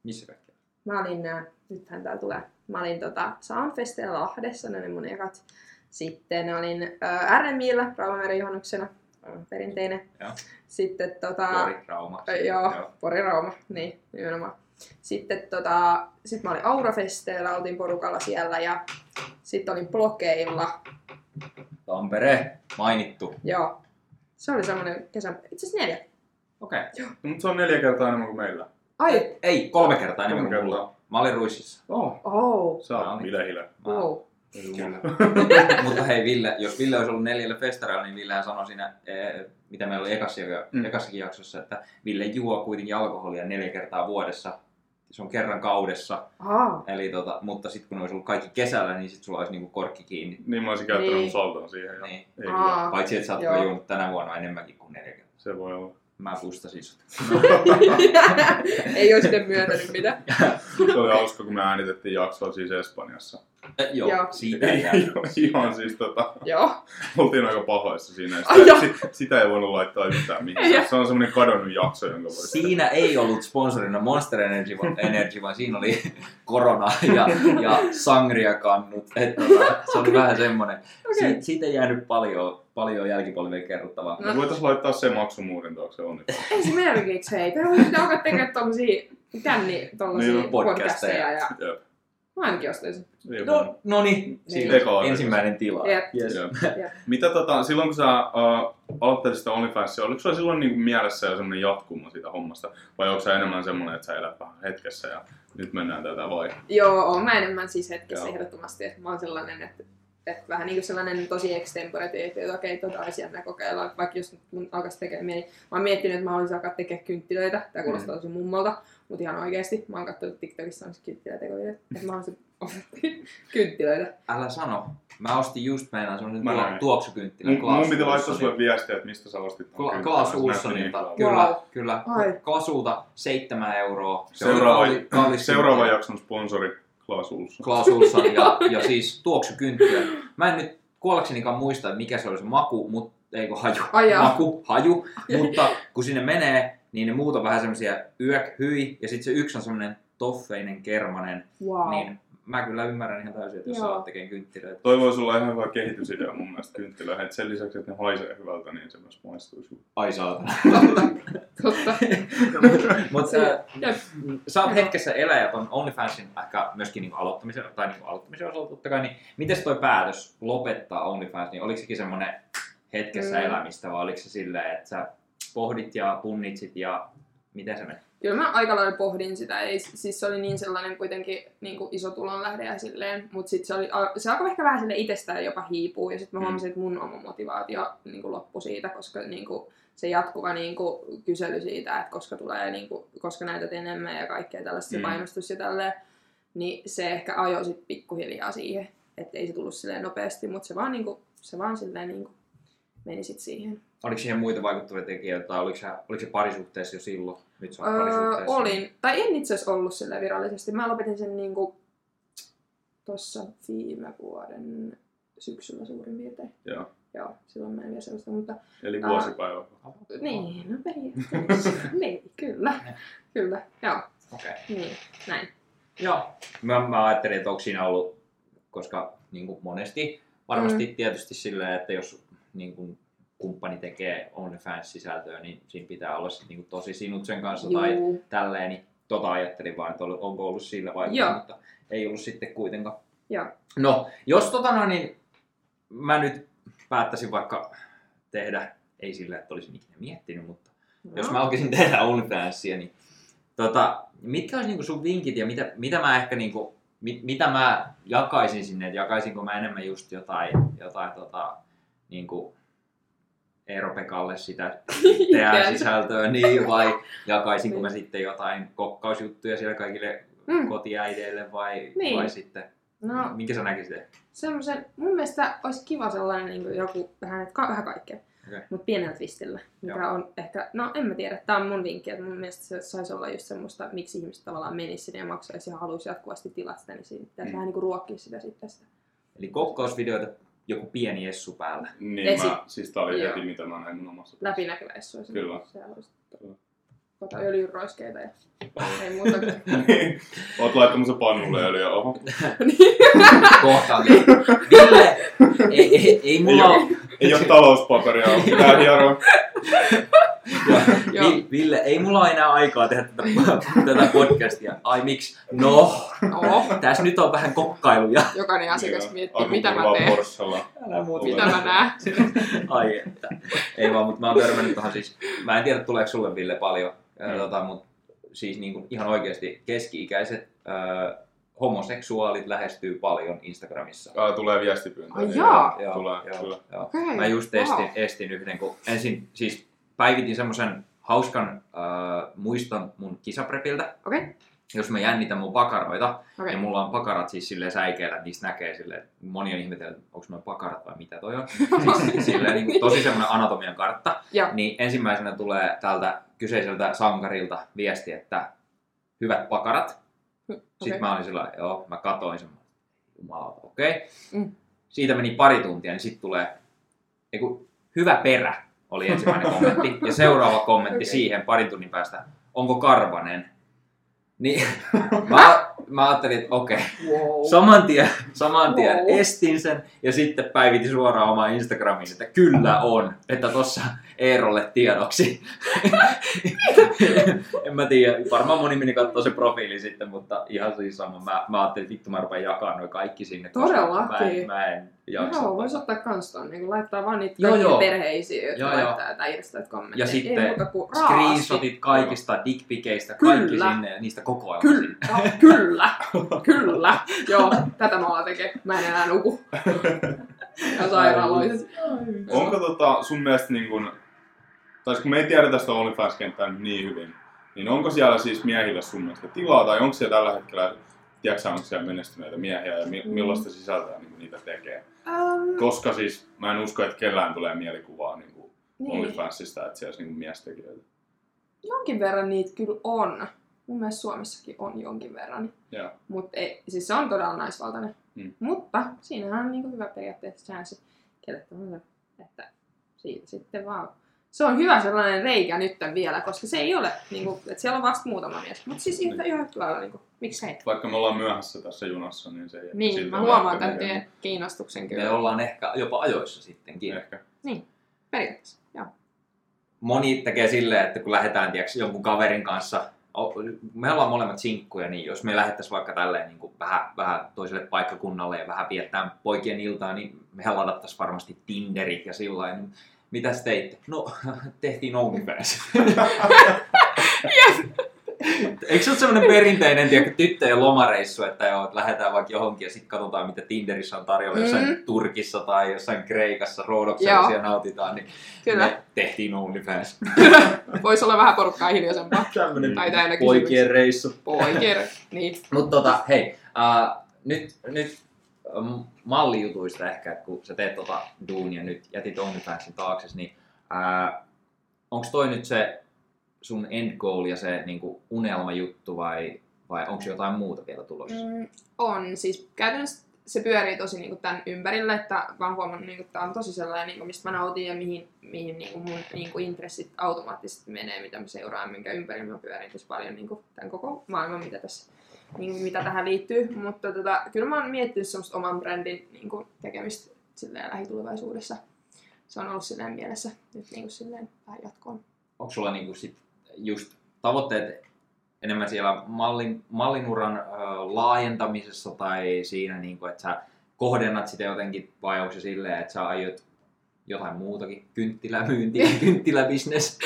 Missä kaikkea?
Mä olin, ää, nythän tää tulee, mä olin tota, Soundfestillä Lahdessa, ne oli mun ekat. Sitten olin äh, ää, RMIllä, Raumameren juhannuksena, aivan Äh, perinteinen.
Joo.
Sitten tota,
Pori, Rauma.
Ai, joo, Pori Rauma, niin, nimenomaan. Sitten tota, sit mä olin Aurafesteillä, oltiin porukalla siellä ja sitten olin blokeilla.
Tampere, mainittu.
Joo, se oli semmoinen kesä, itse asiassa neljä.
Okei.
No, mutta se on neljä kertaa enemmän kuin meillä.
Ai,
Ei, kolme kertaa enemmän
Kolme
kuin mulla.
kertaa.
Mä olin ruississa.
Oh,
oh,
sä
Mä
oot
olin.
bilehillä.
Mä...
wow.
<laughs> Mutta hei Ville, jos Ville olisi ollut neljällä festareilla, niin Villehän sanoi siinä, eh, mitä meillä oli ekassa,
Mm.
mm. ekassakin jaksossa, että Ville juo kuitenkin alkoholia neljä kertaa vuodessa. Se on kerran kaudessa,
Aa, <laughs>
Eli tota, mutta sitten kun olisi ollut kaikki kesällä, niin sitten sulla olisi niinku korkki kiinni.
Niin mä olisin käyttänyt
Niin.
mun saldon siihen. Ja...
Niin.
Ei, kyllä.
aa.
Paitsi, että sä oot
Joo.
kyllä juonut tänä vuonna enemmänkin kuin neljä kertaa.
se voi olla.
Mä pustasin sut.
Ei ole sitten myöntänyt mitä.
Se oli hauska, kun me äänitettiin jaksoa siis
<laughs>
Espanjassa.
Eh, joo,
Joo.
joo, siitä ei jää.
Ihan siis tota,
Joo,
oltiin aika pahoissa siinä. ja
Ai joo.
Sitä, sit, sitä ei voinut laittaa yhtään
Ei.
mihinkään. Se on semmoinen kadonnut jakso, jonka voi...
Siinä ei ollut sponsorina Monster Energy, vaan, Energy, vaan siinä oli korona ja, ja sangriakannut. Et, tota, se oli vähän semmoinen.
okei. No.
Si- siitä ei jäänyt paljon, paljon jälkipolvien kerrottavaa.
Me voitais laittaa se maksumuurin taakse
<laughs>
onneksi.
Ei se merkiksi, hei. Te voisitte alkaa tekemään tommosia känni tommosia
Niin,
podcasteja.
podcasteja. Ja...
Jep.
Mä ainakin ostaisin.
Ei huono.
No, no niin, siinä
Eka on.
ensimmäinen tila.
Jep.
Yes.
Joo.
Jep.
Mitä tota, silloin kun sä uh, aloittelit sitä OnlyFansia, oliko sulla silloin niin mielessä jo semmoinen jatkuma siitä hommasta? Vai onko sä enemmän semmoinen, että sä elät vähän hetkessä ja nyt mennään tätä vai?
Joo, oon mä enemmän siis hetkessä
Joo.
ehdottomasti. Että mä oon sellainen, että sitten. Vähän niin kuin sellainen tosi extempore tyyppi, että okei, tota asiaa mä kokeillaan, vaikka jos nyt mun alkaisi tekemään mieli. Mä oon miettinyt, että mä haluaisin alkaa tekemään kynttilöitä, tämä kuulostaa tosi mummolta, mutta ihan oikeasti. Mä oon katsonut TikTokissa on kynttilötekoja, että mä haluaisin osata <laughs> kynttilöitä.
Älä sano. Mä ostin just meinaan semmoisen
Mä
tuo,
näin.
tuoksukynttilän.
Mun, mun pitää laittaa
Claes Olssonin.
sulle viestiä, että mistä sä ostit. tämän
Kla-
kynttilän.
Klaas
Se näytti
Ulssonilta,
niin
kyllä,
Wow.
kyllä.
Ai.
Kaasulta 7 euroa. Se on
Seuraava,
kalli- kallis
seuraava
kynttilä.
jakson sponsori Klaas Ulsson.
Klaas Ulsson ja, ja siis tuoksukynttilä. Mä en nyt kuollaksenikaan muista, että mikä se oli se maku, mut, ei kun haju,
Ai jaa.
maku, haju, mutta kun sinne menee, niin ne muut on vähän semmoisia yök, hyi, ja sitten se yksi on semmoinen toffeinen, kermanen,
Wow. Niin.
niin mä kyllä ymmärrän ihan täysin, että jos sä
Joo.
alat tekemään kynttilöitä.
Toi voisi olla ihan hyvä kehitysidea mun mielestä kynttilöihin. että sen lisäksi, että ne haisee hyvältä, niin se myös maistuisi.
Ai saatana. <laughs>
Totta. Totta.
Mutta
Se- jep.
sä oot hetkessä eläjä ton OnlyFansin ehkä myöskin niinku aloittamisen, tai niinku aloittamisen osalta totta kai, niin mites toi päätös lopettaa OnlyFans, niin oliko sekin semmonen hetkessä
Mm.
elämistä vai oliko se silleen, että sä pohdit ja punnitsit ja miten se meni?
Kyllä mä aika lailla pohdin sitä. Ei, siis se oli niin sellainen kuitenkin niin kuin iso tulonlähde ja silleen. Mutta sitten se, oli, se alkoi ehkä vähän sille itsestään jopa hiipuu. Ja sitten mä
Mm.
huomasin, että mun oma motivaatio niin kuin loppui siitä, koska niin kuin, se jatkuva niin kuin, kysely siitä, että koska tulee, niin kuin, koska näytät enemmän ja kaikkea tällaista
Mm.
mm. painostus ja tälleen. Niin se ehkä ajoi sit pikkuhiljaa siihen. Että ei se tullut silleen nopeasti, mutta se vaan, niin kuin, se vaan silleen niin kuin, meni sit siihen.
Oliko siihen muita vaikuttavia tekijöitä tai oliko se, oliko se parisuhteessa jo silloin? Nyt sä oot
Öö,
parisuhteessa.
olin. Tai en itse asiassa ollut sillä virallisesti. Mä lopetin sen niinku tossa viime vuoden syksyllä suurin piirtein.
Joo.
Joo, silloin mä en vielä sellaista, mutta
Eli
Ah.
vuosipäivä.
niin, no periaatteessa. <laughs> niin, kyllä, kyllä, joo,
Okei.
niin, näin.
Joo. Mä, mä ajattelin, että onko siinä ollut, koska niin kuin monesti, varmasti mm. tietysti silleen, että jos niin kuin kumppani tekee OnlyFans-sisältöä, niin siinä pitää olla sit, niin kuin tosi sinut sen kanssa Juu. tai
Juu.
tälleen, niin tota ajattelin vaan, että oli- onko ollut sillä vai
Joo.
mutta ei ollut sitten kuitenkaan.
Joo.
No, jos tota no, niin mä nyt päättäisin vaikka tehdä, ei sillä, että olisin ikinä miettinyt, mutta
No.
jos mä alkaisin tehdä OnlyFansia, niin tota, mitkä olisi niinku sun vinkit ja mitä, mitä mä ehkä niinku, mit, mitä mä jakaisin sinne, että jakaisinko mä enemmän just jotain, jotain tota, niinku, Eero Pekalle sitä tehdä
Itseänsä.
sisältöä, niin vai jakaisinko mä sitten jotain kokkausjuttuja siellä kaikille
Niin. Mm.
kotiäideille vai,
Niin.
vai sitten,
No,
minkä sä näkisit?
semmosen, mun mielestä olisi kiva sellainen niin kuin joku vähän, että ka- vähän kaikkea.
Okei.
Okay. Mutta pienellä twistillä, mikä
Joo.
on ehkä, no en mä tiedä, tää on mun vinkki, että mun mielestä se saisi olla just semmoista, miksi ihmiset tavallaan menisi sinne ja maksaisi ja haluaisi jatkuvasti tilata sitä, niin siinä pitäisi
Mm.
mm. vähän niinku ruokkia sitä sitten sitä.
Eli kokkausvideoita joku pieni essu päällä.
Niin
Esi-
mä, siis tää oli
Joo.
heti mitä mä näin mun omassa päässä.
Läpinäkyvä essua. sinne.
Kyllä.
Se haluaisi
Kyllä.
ota
<laughs>
öljyroiskeita ja ei muuta.
<laughs> Oot laittamassa pannulle öljyä, oho.
<laughs>
kohtaan. Ville, ei, ei, ei mulla
Ei
ole.
Ei oo talouspaperia, on <laughs> pitää hieroa.
<laughs>
Joo.
Vi- Ville, ei mulla ole enää aikaa tehdä tätä, <laughs> tätä podcastia. Ai miksi? No,
No,
tässä nyt on vähän kokkailuja.
jokainen asiakas miettii, mitä mä teen,
Porssalla.
Älä muuta.
mitä mä näen.
Ai että. Ei vaan, mutta mä oon törmännyt tuohon siis, mä en tiedä tuleeko sulle Ville paljon,
Mm.
mm. tota, mutta siis niin kuin ihan oikeasti keski-ikäiset ö, homoseksuaalit lähestyy paljon Instagramissa.
Ää, tulee viestipyyntö.
Ai
Ei,
jaa.
joo, Tulee, kyllä.
joo.
Okei,
Mä just estin,
wow.
estin yhden, kun ensin siis päivitin semmoisen hauskan äh, muiston mun kisaprepiltä,
Okei,
jos mä jännitän mun pakaroita. Ja
okei.
mulla on pakarat siis silleen säikeillä, että niistä näkee silleen, että moni on ihmetellyt, että onko noin pakarat vai mitä
<laughs>
toi on. Siis silleen niin kuin, tosi semmoinen anatomian kartta.
Joo.
Niin ensimmäisenä tulee tältä kyseiseltä sankarilta viesti, että hyvät pakarat. Sitten
Okei.
mä olin sillä lailla, joo, mä katoin sen. Jumalauta, okei. Okay.
Mm.
Siitä meni pari tuntia, niin sitten tulee, ei kun, hyvä perä oli
<laughs>
ensimmäinen kommentti. Ja seuraava kommentti
Okei.
siihen parin tunnin päästä, onko karvanen? Niin <laughs> mä, mä ajattelin, että okei,
Wow.
saman tien, saman tien
Wow.
estin sen ja sitten päivitin suoraan omaan Instagramiin, että kyllä on, että tossa Eerolle
<laughs>
tiedoksi. en mä tiedä, varmaan moni meni katsoo se profiili sitten, mutta ihan siis sama. Mä, mä ajattelin, että vittu mä rupean jakaa noi kaikki sinne, koska
Todellakin.
mä en, mä en jaksa. tota
Joo, voisi ottaa kans ton, niin kun laittaa vaan niitä
Joo,
joo,
joo.
joo. perheisiä, jotka
Joo,
joo, laittaa tai irstoit kommentteja.
Ja sitten
Ei muuta kuin raasti.
Screenshotit kaikista dickpikeistä, kaikki
Kyllä.
sinne ja niistä koko ajan.
Kyllä, kyllä. no, <laughs> Kyllä, kyllä. Joo, tätä mä alan tekee. Mä en enää
<laughs>
nuku. Ja sairaaloiset.
Onko tota sun mielestä niin kun, tai siis kun me ei tiedetä sitä OnlyFans-kenttää nyt niin hyvin, niin onko siellä siis miehille sun mielestä tilaa, tai onko siellä tällä hetkellä, tiedätkö sä, onko siellä menestyneitä miehiä ja mi-
Mm.
millaista sisältöä niin niitä tekee?
Ähm,
Koska siis mä en usko, että kellään tulee mielikuvaa niin kuin
niin.
OnlyFansista, että siellä olisi niin miestekijöitä.
Jonkin verran niitä kyllä on. Mun mielestä Suomessakin on jonkin verran.
Joo.
Mut ei, siis se on todella naisvaltainen.
Mm.
Mutta siinähän on niinku hyvä periaatteessa chanssi kelle tahansa, että siitä sitten vaan. Se on hyvä sellainen reikä nyt vielä, koska se ei ole, niinku, että siellä on vasta muutama mies. Mutta siis
Niin.
ihan ihan yhtä lailla, niinku, miksi ei?
Vaikka me ollaan myöhässä tässä junassa, niin se ei
Niin,
silti
mä huomaan
näytä
tämän
mikään.
teidän kiinnostuksen
Me
kyllä.
ollaan ehkä jopa ajoissa sittenkin.
Ehkä.
Periaatteessa, joo.
moni tekee silleen, että kun lähdetään tiiäks, jonkun kaverin kanssa, o- me ollaan molemmat sinkkuja, niin jos me lähettäisiin vaikka tälleen niin kuin vähän, vähän toiselle paikkakunnalle ja vähän viettää poikien iltaa, niin mehän ladattaisiin varmasti Tinderit ja sillä lailla. Niin mitäs teitte? No, <laughs> tehtiin
<laughs>
OnlyFans. Eikö se ole semmoinen perinteinen tiedätkö, tyttöjen lomareissu, että joo, että lähdetään vaikka johonkin ja sitten katsotaan, mitä Tinderissä on tarjolla jossain
Mm.
Turkissa tai jossain Kreikassa, Roodoksella
Joo.
siellä nautitaan, niin
Kyllä,
me tehtiin OnlyFans.
voisi olla vähän porukkaa hiljaisempaa.
Tämmönen
Tai aina
poikien reissu.
Poikien. Niin.
Mutta tota, hei, äh, nyt, nyt ähm, mallijutuista ehkä, että kun sä teet tota duunia nyt, jätit OnlyFansin taakse, niin äh, onko toi nyt se sun end goal ja se niinku unelmajuttu vai, vai onko jotain muuta vielä tulossa?
Mm, on, siis käytännössä se pyörii tosi niinku tämän ympärillä, että mä oon huomannut, niinku, että tämä on tosi sellainen, niinku, mistä mä nautin ja mihin, mihin niinku, mun niinku, intressit automaattisesti menee, mitä mä seuraan, minkä ympärillä mä pyörin tosi paljon niinku, tämän koko maailman, mitä tässä niinku, mitä tähän liittyy. Mutta tota, kyllä mä oon miettinyt semmoista oman brändin niinku, tekemistä silleen, lähitulevaisuudessa. Se on ollut silleen mielessä nyt niinku, silleen, vähän jatkoon.
Onko sulla niinku sit just tavoitteet enemmän siellä mallin, mallinuran äh, laajentamisessa tai siinä, niinku, että sä kohdennat sitä jotenkin vai onko se silleen, että sä aiot jotain muutakin, kynttilämyyntiä, kynttiläbisnes?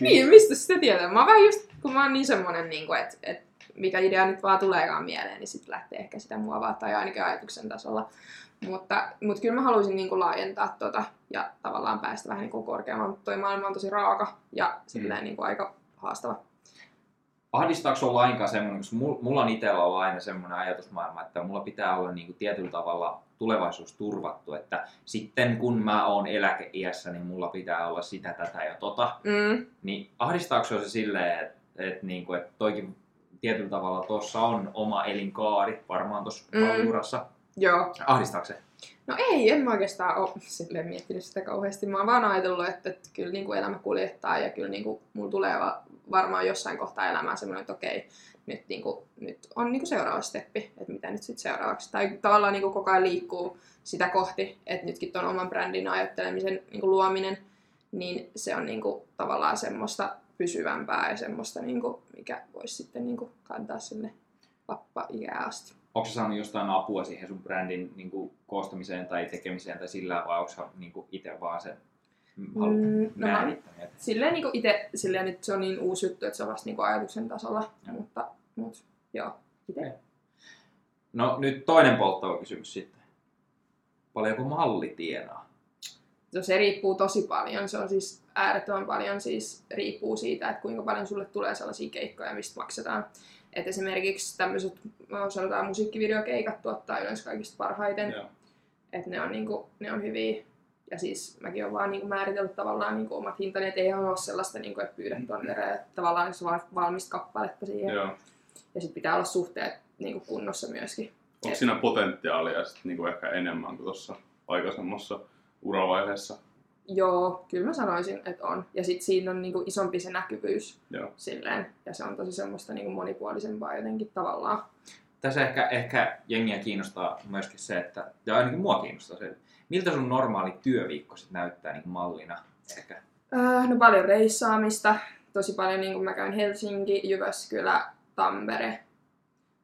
Niin, mistä sitä tietää? Mä oon vähän just, kun mä oon niin semmonen, niin että et mikä idea nyt vaan tuleekaan mieleen, niin sitten lähtee ehkä sitä muovaa tai ainakin ajatuksen tasolla. Mutta, mutta kyllä mä haluaisin niin laajentaa tota ja tavallaan päästä vähän niin korkeammalle, mutta toi maailma on tosi raaka ja silleen niin aika haastava.
Ahdistaako sulla lainkaan semmoinen, koska mul- mulla on itsellä ollut aina semmoinen ajatusmaailma, että mulla pitää olla niinku tietyllä tavalla tulevaisuus turvattu, että sitten kun mä oon eläkeiässä, niin mulla pitää olla sitä, tätä ja tota.
Mm,
Niin ahdistaako se silleen, että et, niinku, et toikin tietyllä tavalla tuossa on oma elinkaari varmaan tuossa
Mm.
mm. urassa.
joo.
Ahdistaako se?
No ei, en mä oikeastaan ole silleen miettinyt sitä kauheasti. Mä oon vaan ajatellut, että, että kyllä niin kuin elämä kuljettaa ja kyllä niin kuin mulla tulee va- varmaan jossain kohtaa elämää semmoinen, että okei, nyt, niin kuin, nyt on niin kuin seuraava steppi, että mitä nyt sitten seuraavaksi. Tai tavallaan niin kuin koko ajan liikkuu sitä kohti, että nytkin tuon oman brändin ajattelemisen niin kuin luominen, niin se on niin kuin, tavallaan semmoista pysyvämpää ja semmoista, niin kuin, mikä voisi sitten niin kuin, kantaa sinne vappa-ikää asti.
Onko sä saanut jostain apua siihen sun brändin niinku, koostamiseen tai tekemiseen tai sillä vai onko sä niinku, itse vaan sen mm.
Mm, no mä
määrittänyt? että
silleen niin itse, silleen nyt se on niin uusi juttu, että se on vasta niin ajatuksen tasolla,
Joo.
mutta mut, joo, itse.
No nyt toinen polttava kysymys sitten. Paljonko malli tienaa?
No se riippuu tosi paljon, se on siis äärettömän paljon siis riippuu siitä, että kuinka paljon sulle tulee sellaisia keikkoja, mistä maksetaan. Et esimerkiksi tämmöiset, no, sanotaan musiikkivideokeikat tuottaa yleensä kaikista parhaiten,
Joo.
että ne on, niinku, ne on hyviä. Ja siis mäkin olen vaan niinku määritellyt tavallaan niinku omat hintani, että ei ihan ole sellaista, niinku, että pyydä tonne, että tavallaan se on vaan valmista kappaletta siihen.
Joo.
Ja sitten pitää olla suhteet niinku kunnossa myöskin.
Onko siinä potentiaalia sit niinku ehkä enemmän kuin tuossa aikaisemmassa uravaiheessa?
Joo, kyllä mä sanoisin, että on. Ja sitten siinä on niinku isompi se näkyvyys
Joo.
silleen. Ja se on tosi semmoista niinku monipuolisempaa jotenkin tavallaan.
Tässä ehkä, ehkä jengiä kiinnostaa myöskin se, että, ja ainakin mua kiinnostaa se, että miltä sun normaali työviikko sit näyttää niin mallina? Ehkä.
Öö, no paljon reissaamista. Tosi paljon niinku mä käyn Helsinki, Jyväskylä, Tampere.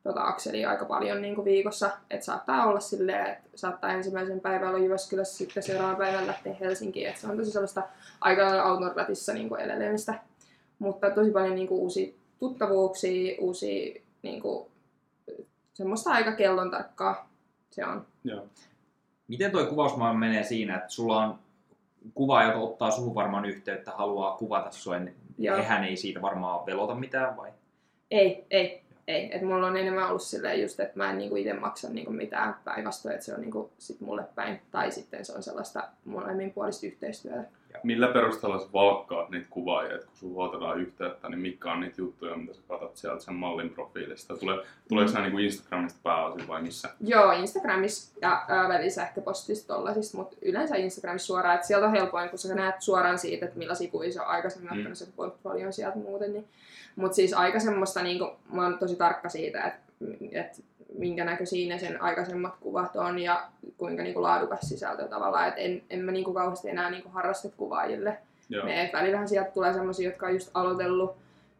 Tota akselia aika paljon niinku viikossa. Et saattaa olla silleen, että saattaa ensimmäisen päivän olla Jyväskylässä, sitten seuraavan päivän lähteä Helsinkiin. Et se on tosi sellaista aika lailla auton ratissa niinku niin elelemistä. Mutta tosi paljon niinku uusia tuttavuuksia, uusia niinku semmoista aika kellon tarkkaa se on.
Joo.
Miten toi kuvausmaailma menee siinä, että sulla on kuva, joka ottaa suhun varmaan yhteyttä, haluaa kuvata sua, en- ja
Joo.
hän ei siitä varmaan velota mitään vai?
Ei, ei, ei. Et mulla on enemmän ollut silleen just, että mä en niinku itse maksa niinku mitään päinvastoin, että se on niinku sit mulle päin. Tai sitten se on sellaista molemmin puolista yhteistyötä.
Millä perusteella sä valkkaat niitä kuvaajia, että kun sun otetaan yhteyttä, niin mitkä on niitä juttuja, mitä sä katsot sieltä sen mallin profiilista? Tule, tuleeko mm. niinku Instagramista pääosin vai missä?
Joo, Instagramissa ja ää, välillä sähköpostissa tollasista, mutta yleensä Instagramissa suoraan, että sieltä on helpoin, kun sä näet suoraan siitä, että millaisia kuvia se on aikaisemmin
Mm.
ottanut sen portfolion sieltä muuten. Niin. Mutta siis aika semmoista, niin kun, mä oon tosi tarkka siitä, että et, minkä näköisiä ne sen aikaisemmat kuvat on ja kuinka niinku laadukas sisältö tavallaan, että en, en mä niinku kauheasti enää niinku harraste kuvaajille.
Joo.
Me, välillähän sieltä tulee semmoisia, jotka on just aloitellut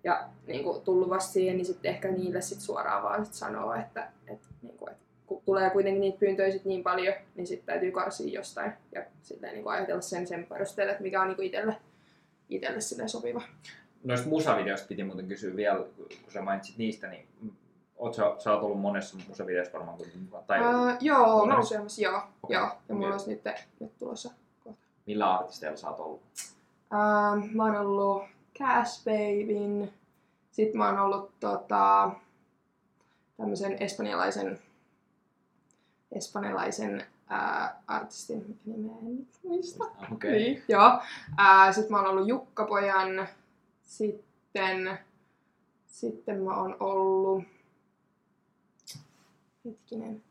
ja niin kuin, tullut vasta siihen, niin sitten ehkä niille sit suoraan vaan sit sanoo, että et, niin kuin, et, kun tulee kuitenkin niitä pyyntöjä sit niin paljon, niin sitten täytyy karsia jostain ja sitten niin ajatella sen sen perusteella, että mikä on niin itselle, itselle silleen sopiva.
Noista musavideoista piti muuten kysyä vielä, kun sä mainitsit niistä, niin mm, oot sä, sä oot ollut monessa musavideossa varmaan kuitenkin mukaan, tai
Öö, joo, mä
Okei.
oon syömässä, joo,
Okei.
joo. Ja mulla
Okei.
olisi nyt, nyt tulossa.
millä artisteilla sä oot ollut?
Öö, mä oon ollut Cash Babyn, sitten mä oon ollut tota, tämmöisen espanjalaisen, espanjalaisen ää, artistin, mikä nimeä en nyt muista.
Okei.
Okay. Niin, joo. Ää, sit mä oon ollut Jukkapojan, sitten, sitten mä oon ollut, hetkinen,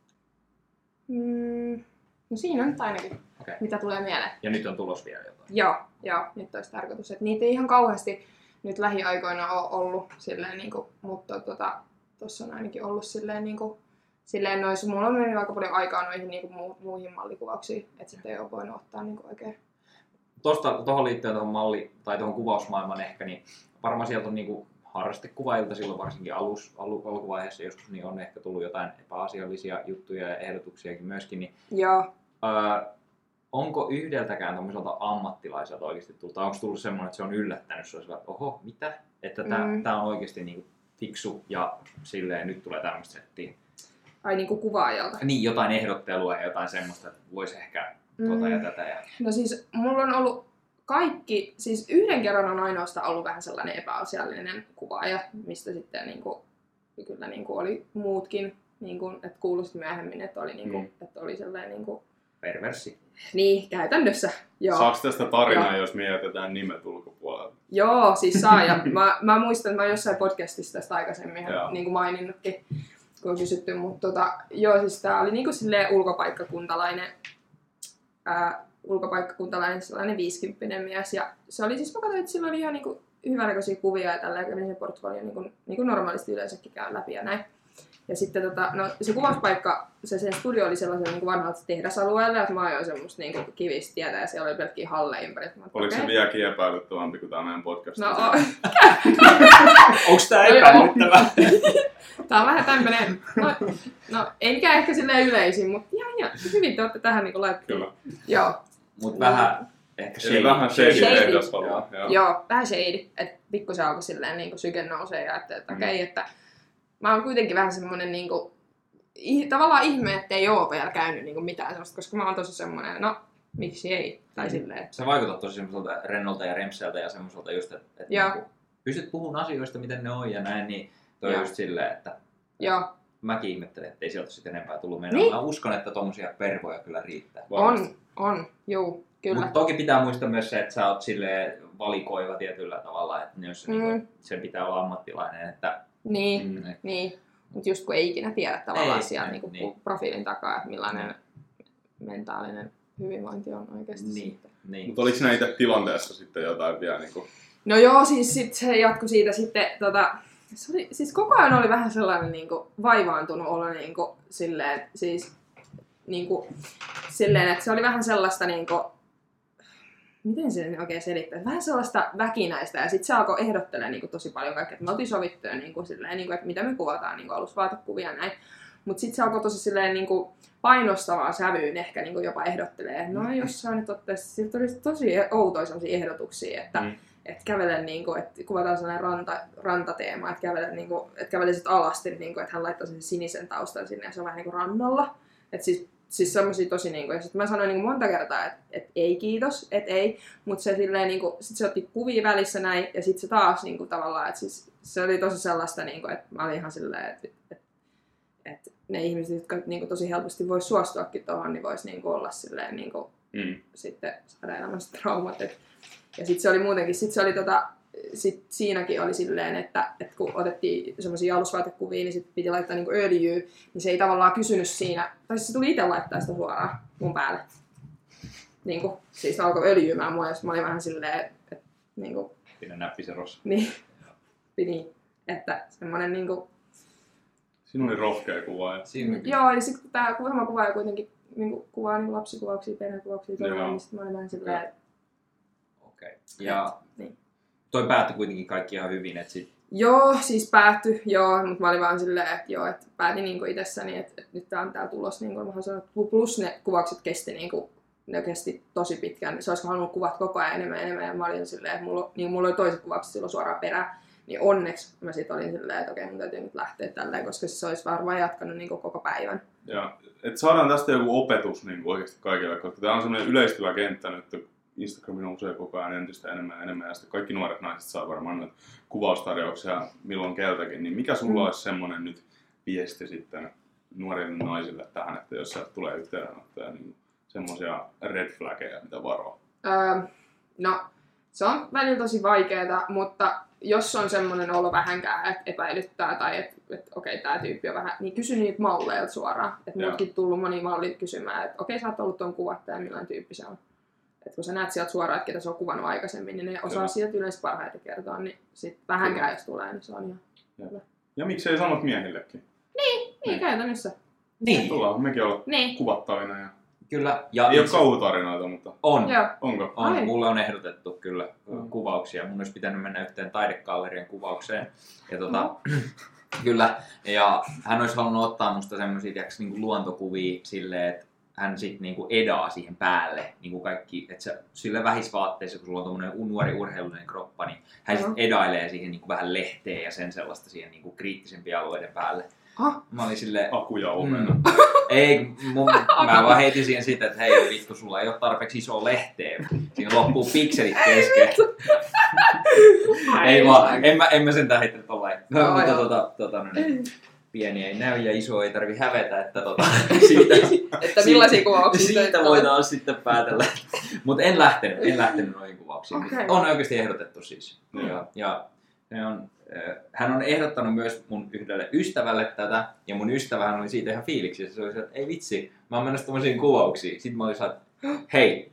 mm, no siinä on nyt ainakin,
Okei.
mitä tulee mieleen.
Ja nyt on tulos vielä jotain.
Joo, joo, nyt olisi tarkoitus. Että niitä ei ihan kauheasti nyt lähiaikoina ole ollut, silleen, niin kuin, mutta tuossa tota, on ainakin ollut silleen, niin kuin, silleen noissa. Mulla on mennyt aika paljon aikaa noihin niin kuin, mu- muihin mallikuvauksiin, että sitten ei ole voinut ottaa niin kuin, oikein.
Tuosta, tuohon liittyen tuohon malli tai tuohon kuvausmaailmaan ehkä, niin varmaan sieltä on niinku harrastekuvailta silloin varsinkin alus, alu, alkuvaiheessa joskus, niin on ehkä tullut jotain epäasiallisia juttuja ja ehdotuksiakin myöskin, niin
Joo.
Öö, onko yhdeltäkään tämmöiseltä ammattilaiselta oikeasti tullut, tai onko tullut semmoinen, että se on yllättänyt sinua, että oho, mitä? Että tämä
Mm.
mm. on oikeasti niinku fiksu ja silleen nyt tulee tämmöistä settiä.
Ai niin kuin kuvaajalta.
Niin, jotain ehdottelua ja jotain semmoista, että voisi ehkä tuota ja tätä. Ja...
Mm. No siis mulla on ollut kaikki, siis yhden kerran on ainoastaan ollut vähän sellainen epäasiallinen kuvaaja, mistä sitten niin kuin, kyllä niin kuin oli muutkin, niin kuin, että kuulosti myöhemmin, että oli, niin kuin, mm. että oli sellainen niin kuin,
Perversi.
Niin, käytännössä. Joo,
Saako tästä tarinaa,
Joo.
jos me jätetään nimet ulkopuolella?
Joo siis saa.
<laughs>
Ja mä, mä muistan, että mä jossain podcastissa tästä aikaisemmin
Joo.
niin kuin maininnutkin, kun on kysytty. Mutta tota, joo, siis tää oli niin kuin silleen ulkopaikkakuntalainen, ää, ulkopaikkakuntalainen sellainen 50 mies. Ja se oli siis, mä katsoin, että sillä oli ihan niin kuin hyvännäköisiä kuvia ja tällä kävin sen portfolio niin kuin, niin kuin normaalisti yleensäkin käy läpi ja näin. Ja sitten tota, no, se kuvauspaikka, se sen studio oli sellaisen niin vanhalta tehdasalueella, että mä ajoin semmoista niin kuin kivistietä ja siellä oli pelkkiä halleja ympäri. Mä oon,
Oliko se
okei.
vieläkin epäilyttävämpi kuin tämä meidän podcast?
No, o-
Onko tämä
Joo.
epäilyttävä?
Tää on vähän tämmönen, no, no ei mikään ehkä silleen yleisin, mutta ihan, ihan hyvin te olette tähän niinku laittaneet.
Kyllä.
Joo,
Mutta vähän ehkä
Eli vähän shady
Shady.
tehdas haluaa.
joo. joo, vähän shady, että pikkusen alkoi silleen niinku syke nousee ja että, että
Mm.
okei, okay, että mä oon kuitenkin vähän semmonen niinku, ih, tavallaan ihme, että ei oo vielä käynyt niinku mitään sellaista, koska mä oon tosi semmonen, no miksi ei, tai
Mm.
silleen.
Se vaikuttaa tosi semmoiselta rennolta ja remseltä ja semmoiselta just, että, että
Joo.
niinku, pystyt puhumaan asioista, miten ne on ja näin, niin toi
Joo.
on just silleen, että
Joo,
mäkin ihmettelen, että ei sieltä sitten enempää tullut mennä.
Niin.
Mä uskon, että tommosia pervoja kyllä riittää.
Varmasti.
on, on, juu, kyllä.
Mutta toki pitää muistaa myös se, että sä oot sille valikoiva tietyllä tavalla, että jos
Mm.
mm. niin sen pitää olla ammattilainen, että
Niin,
mm.
Niin, mutta just kun ei ikinä tiedä tavallaan
Ei,
siellä
ei,
niinku
niin.
profiilin takaa, että millainen mentaalinen hyvinvointi on oikeasti
Niin.
sitten.
niin.
Mutta oliko siinä itse tilanteessa sitten jotain vielä niin kuin,
No joo, siis sit se jatkui siitä sitten, tota, se oli, siis koko ajan oli vähän sellainen niinku vaivaantunut olo niinku, silleen, siis niinku, silleen, että se oli vähän sellaista niinku, miten se nyt oikein selittää, vähän sellaista väkinäistä ja sitten se alkoi ehdottelemaan niinku tosi paljon kaikkea, että me oltiin sovittuja niinku, silleen, niinku, että mitä me kuvataan niinku alusvaatekuvia ja näin. Mutta sitten se alkoi tosi silleen niinku painostavaan sävyyn ehkä niinku jopa ehdottelee, että no jos sä nyt ottaisi, siltä oli tosi outoja sellaisia ehdotuksia, että
Mm.
että kävele niin kuin, että kuvataan sellainen ranta, rantateema, että kävele niin kuin, että kävelisit alasti, niin kuin, että hän laittaa sen sinisen taustan sinne ja se on vähän niin kuin rannalla. Että siis, siis semmoisia tosi niin kuin, ja sitten mä sanoin niin kuin monta kertaa, että, että ei kiitos, että ei, mutta se silleen niin kuin, sit se otti kuvia välissä näin ja sitten se taas niin kuin, tavallaan, että siis se oli tosi sellaista, niin kuin, että mä olin ihan silleen, että, että, että ne ihmiset, jotka niin kuin, tosi helposti voi suostuakin tuohon, niin voisi niin kuin, olla silleen niin kuin,
Mm.
sitten saada elämästä traumat. Et, ja sitten se oli muutenkin, sitten se oli tota, sit siinäkin oli silleen, että, että kun otettiin semmoisia alusvaatekuvia, niin sitten piti laittaa niinku öljyä, niin se ei tavallaan kysynyt siinä, tai siis se tuli itse laittaa sitä suoraan mun päälle. Niinku, siis alkoi öljymään mua, jos mä olin vähän silleen, että niinku, <laughs>
Pidä näppiserossa.
niin, niin, että semmoinen niinku,
Siinä oli rohkea kuva. Ja...
Siinä
joo, ja sitten tämä kuva kuvaa kuitenkin niinku, kuvaa niinku lapsikuvauksia, perhekuvauksia, tolleen,
Joo.
niin sitten mä olin vähän silleen,
Okei. Ja
Niin.
toi päättyi kuitenkin kaikki ihan hyvin, että sit
Joo, siis päättyi, joo, mutta mä olin vaan silleen, että joo, että päätin niinku itsessäni, että, että nyt tää on tää tulos, niin kuin mä sanoin, että plus ne kuvaukset kesti niinku, ne kesti tosi pitkään, niin se olisiko halunnut kuvat koko ajan enemmän ja enemmän, ja mä olin silleen, että mulla, niin mulla oli toiset kuvaukset silloin suoraan perään, niin onneksi mä sit olin silleen, että okei, mun täytyy nyt lähteä tälleen, koska se olisi varmaan jatkanut niinku koko päivän.
Ja, et saadaan tästä joku opetus niin kuin oikeasti kaikille, koska tämä on semmoinen yleistyvä kenttä nyt, kun Instagram nousee koko ajan entistä enemmän ja enemmän, ja sitten kaikki nuoret naiset saa varmaan näitä kuvaustarjouksia milloin keltäkin, niin mikä sulla
Mm.
olisi semmoinen nyt viesti sitten nuorille naisille tähän, että jos sieltä tulee yhteydenottoja, niin semmoisia red flaggeja, mitä varoa.
Öö, no, se on välillä tosi vaikeaa, mutta jos on semmoinen olo vähänkään, että epäilyttää tai että et, okei, tämä tyyppi on vähän, niin kysy niitä malleilta suoraan. Että
Joo.
mullekin tullut moni malli kysymään, että okei, sä oot ollut tuon kuvattaja, millainen tyyppi se on. Että kun sä näet sieltä suoraan, että ketä se on kuvannut aikaisemmin, niin ne osaa
Kyllä.
sieltä yleensä parhaiten kertoa, niin sit vähänkään
Kyllä.
jos tulee, niin se on ihan
Ja miksei sanot miehillekin?
niin käytännössä.
Niin.
Tullaan mekin olla
Niin,
kuvattavina ja
Kyllä. Ja
ei ole
itse-
kauhutarinoita, mutta
on.
joo.
onko?
On,
Ai.
mulle on ehdotettu kyllä
Mm.
kuvauksia. Mun olisi pitänyt mennä yhteen taidegallerian kuvaukseen. Ja tota,
No.
<clears throat> kyllä. Ja hän olisi halunnut ottaa musta semmoisia tiiäks, niinku luontokuvia silleen, että hän sitten niinku edaa siihen päälle niinku kaikki, että se, sillä vähisvaatteessa, kun sulla on tuommoinen nuori urheilullinen kroppa, niin hän sit
Joo.
edailee siihen niinku vähän lehteen ja sen sellaista siihen niinku kriittisempien alueiden päälle.
Ah.
Mä olin silleen,
Aku ja omena.
Mm. Ei, mun, mä vaan heitin siihen sitä, että hei vittu, sulla ei ole tarpeeksi isoa lehteä. Siinä loppuu pikselit kesken. ei vaan, en mä, en mä sentään heitä tollain.
Joo,
No, mutta
joo.
tota, tota, no niin. Pieni ei näy ja iso ei tarvi hävetä, että tota, siitä,
Että millaisia kuvauksia
siitä
töitä
voidaan sitten päätellä. Mutta en lähtenyt, en lähtenyt noihin kuvauksiin. Mut
Okei.
On oikeasti ehdotettu siis.
Joo.
Ja, ja se on, äh, hän on ehdottanut myös mun yhdelle ystävälle tätä, ja mun ystävähän oli siitä ihan fiiliksissä. Se oli se, että ei vitsi, mä oon menossa tämmöisiin kuvauksiin. Sitten mä olin saanut, hei,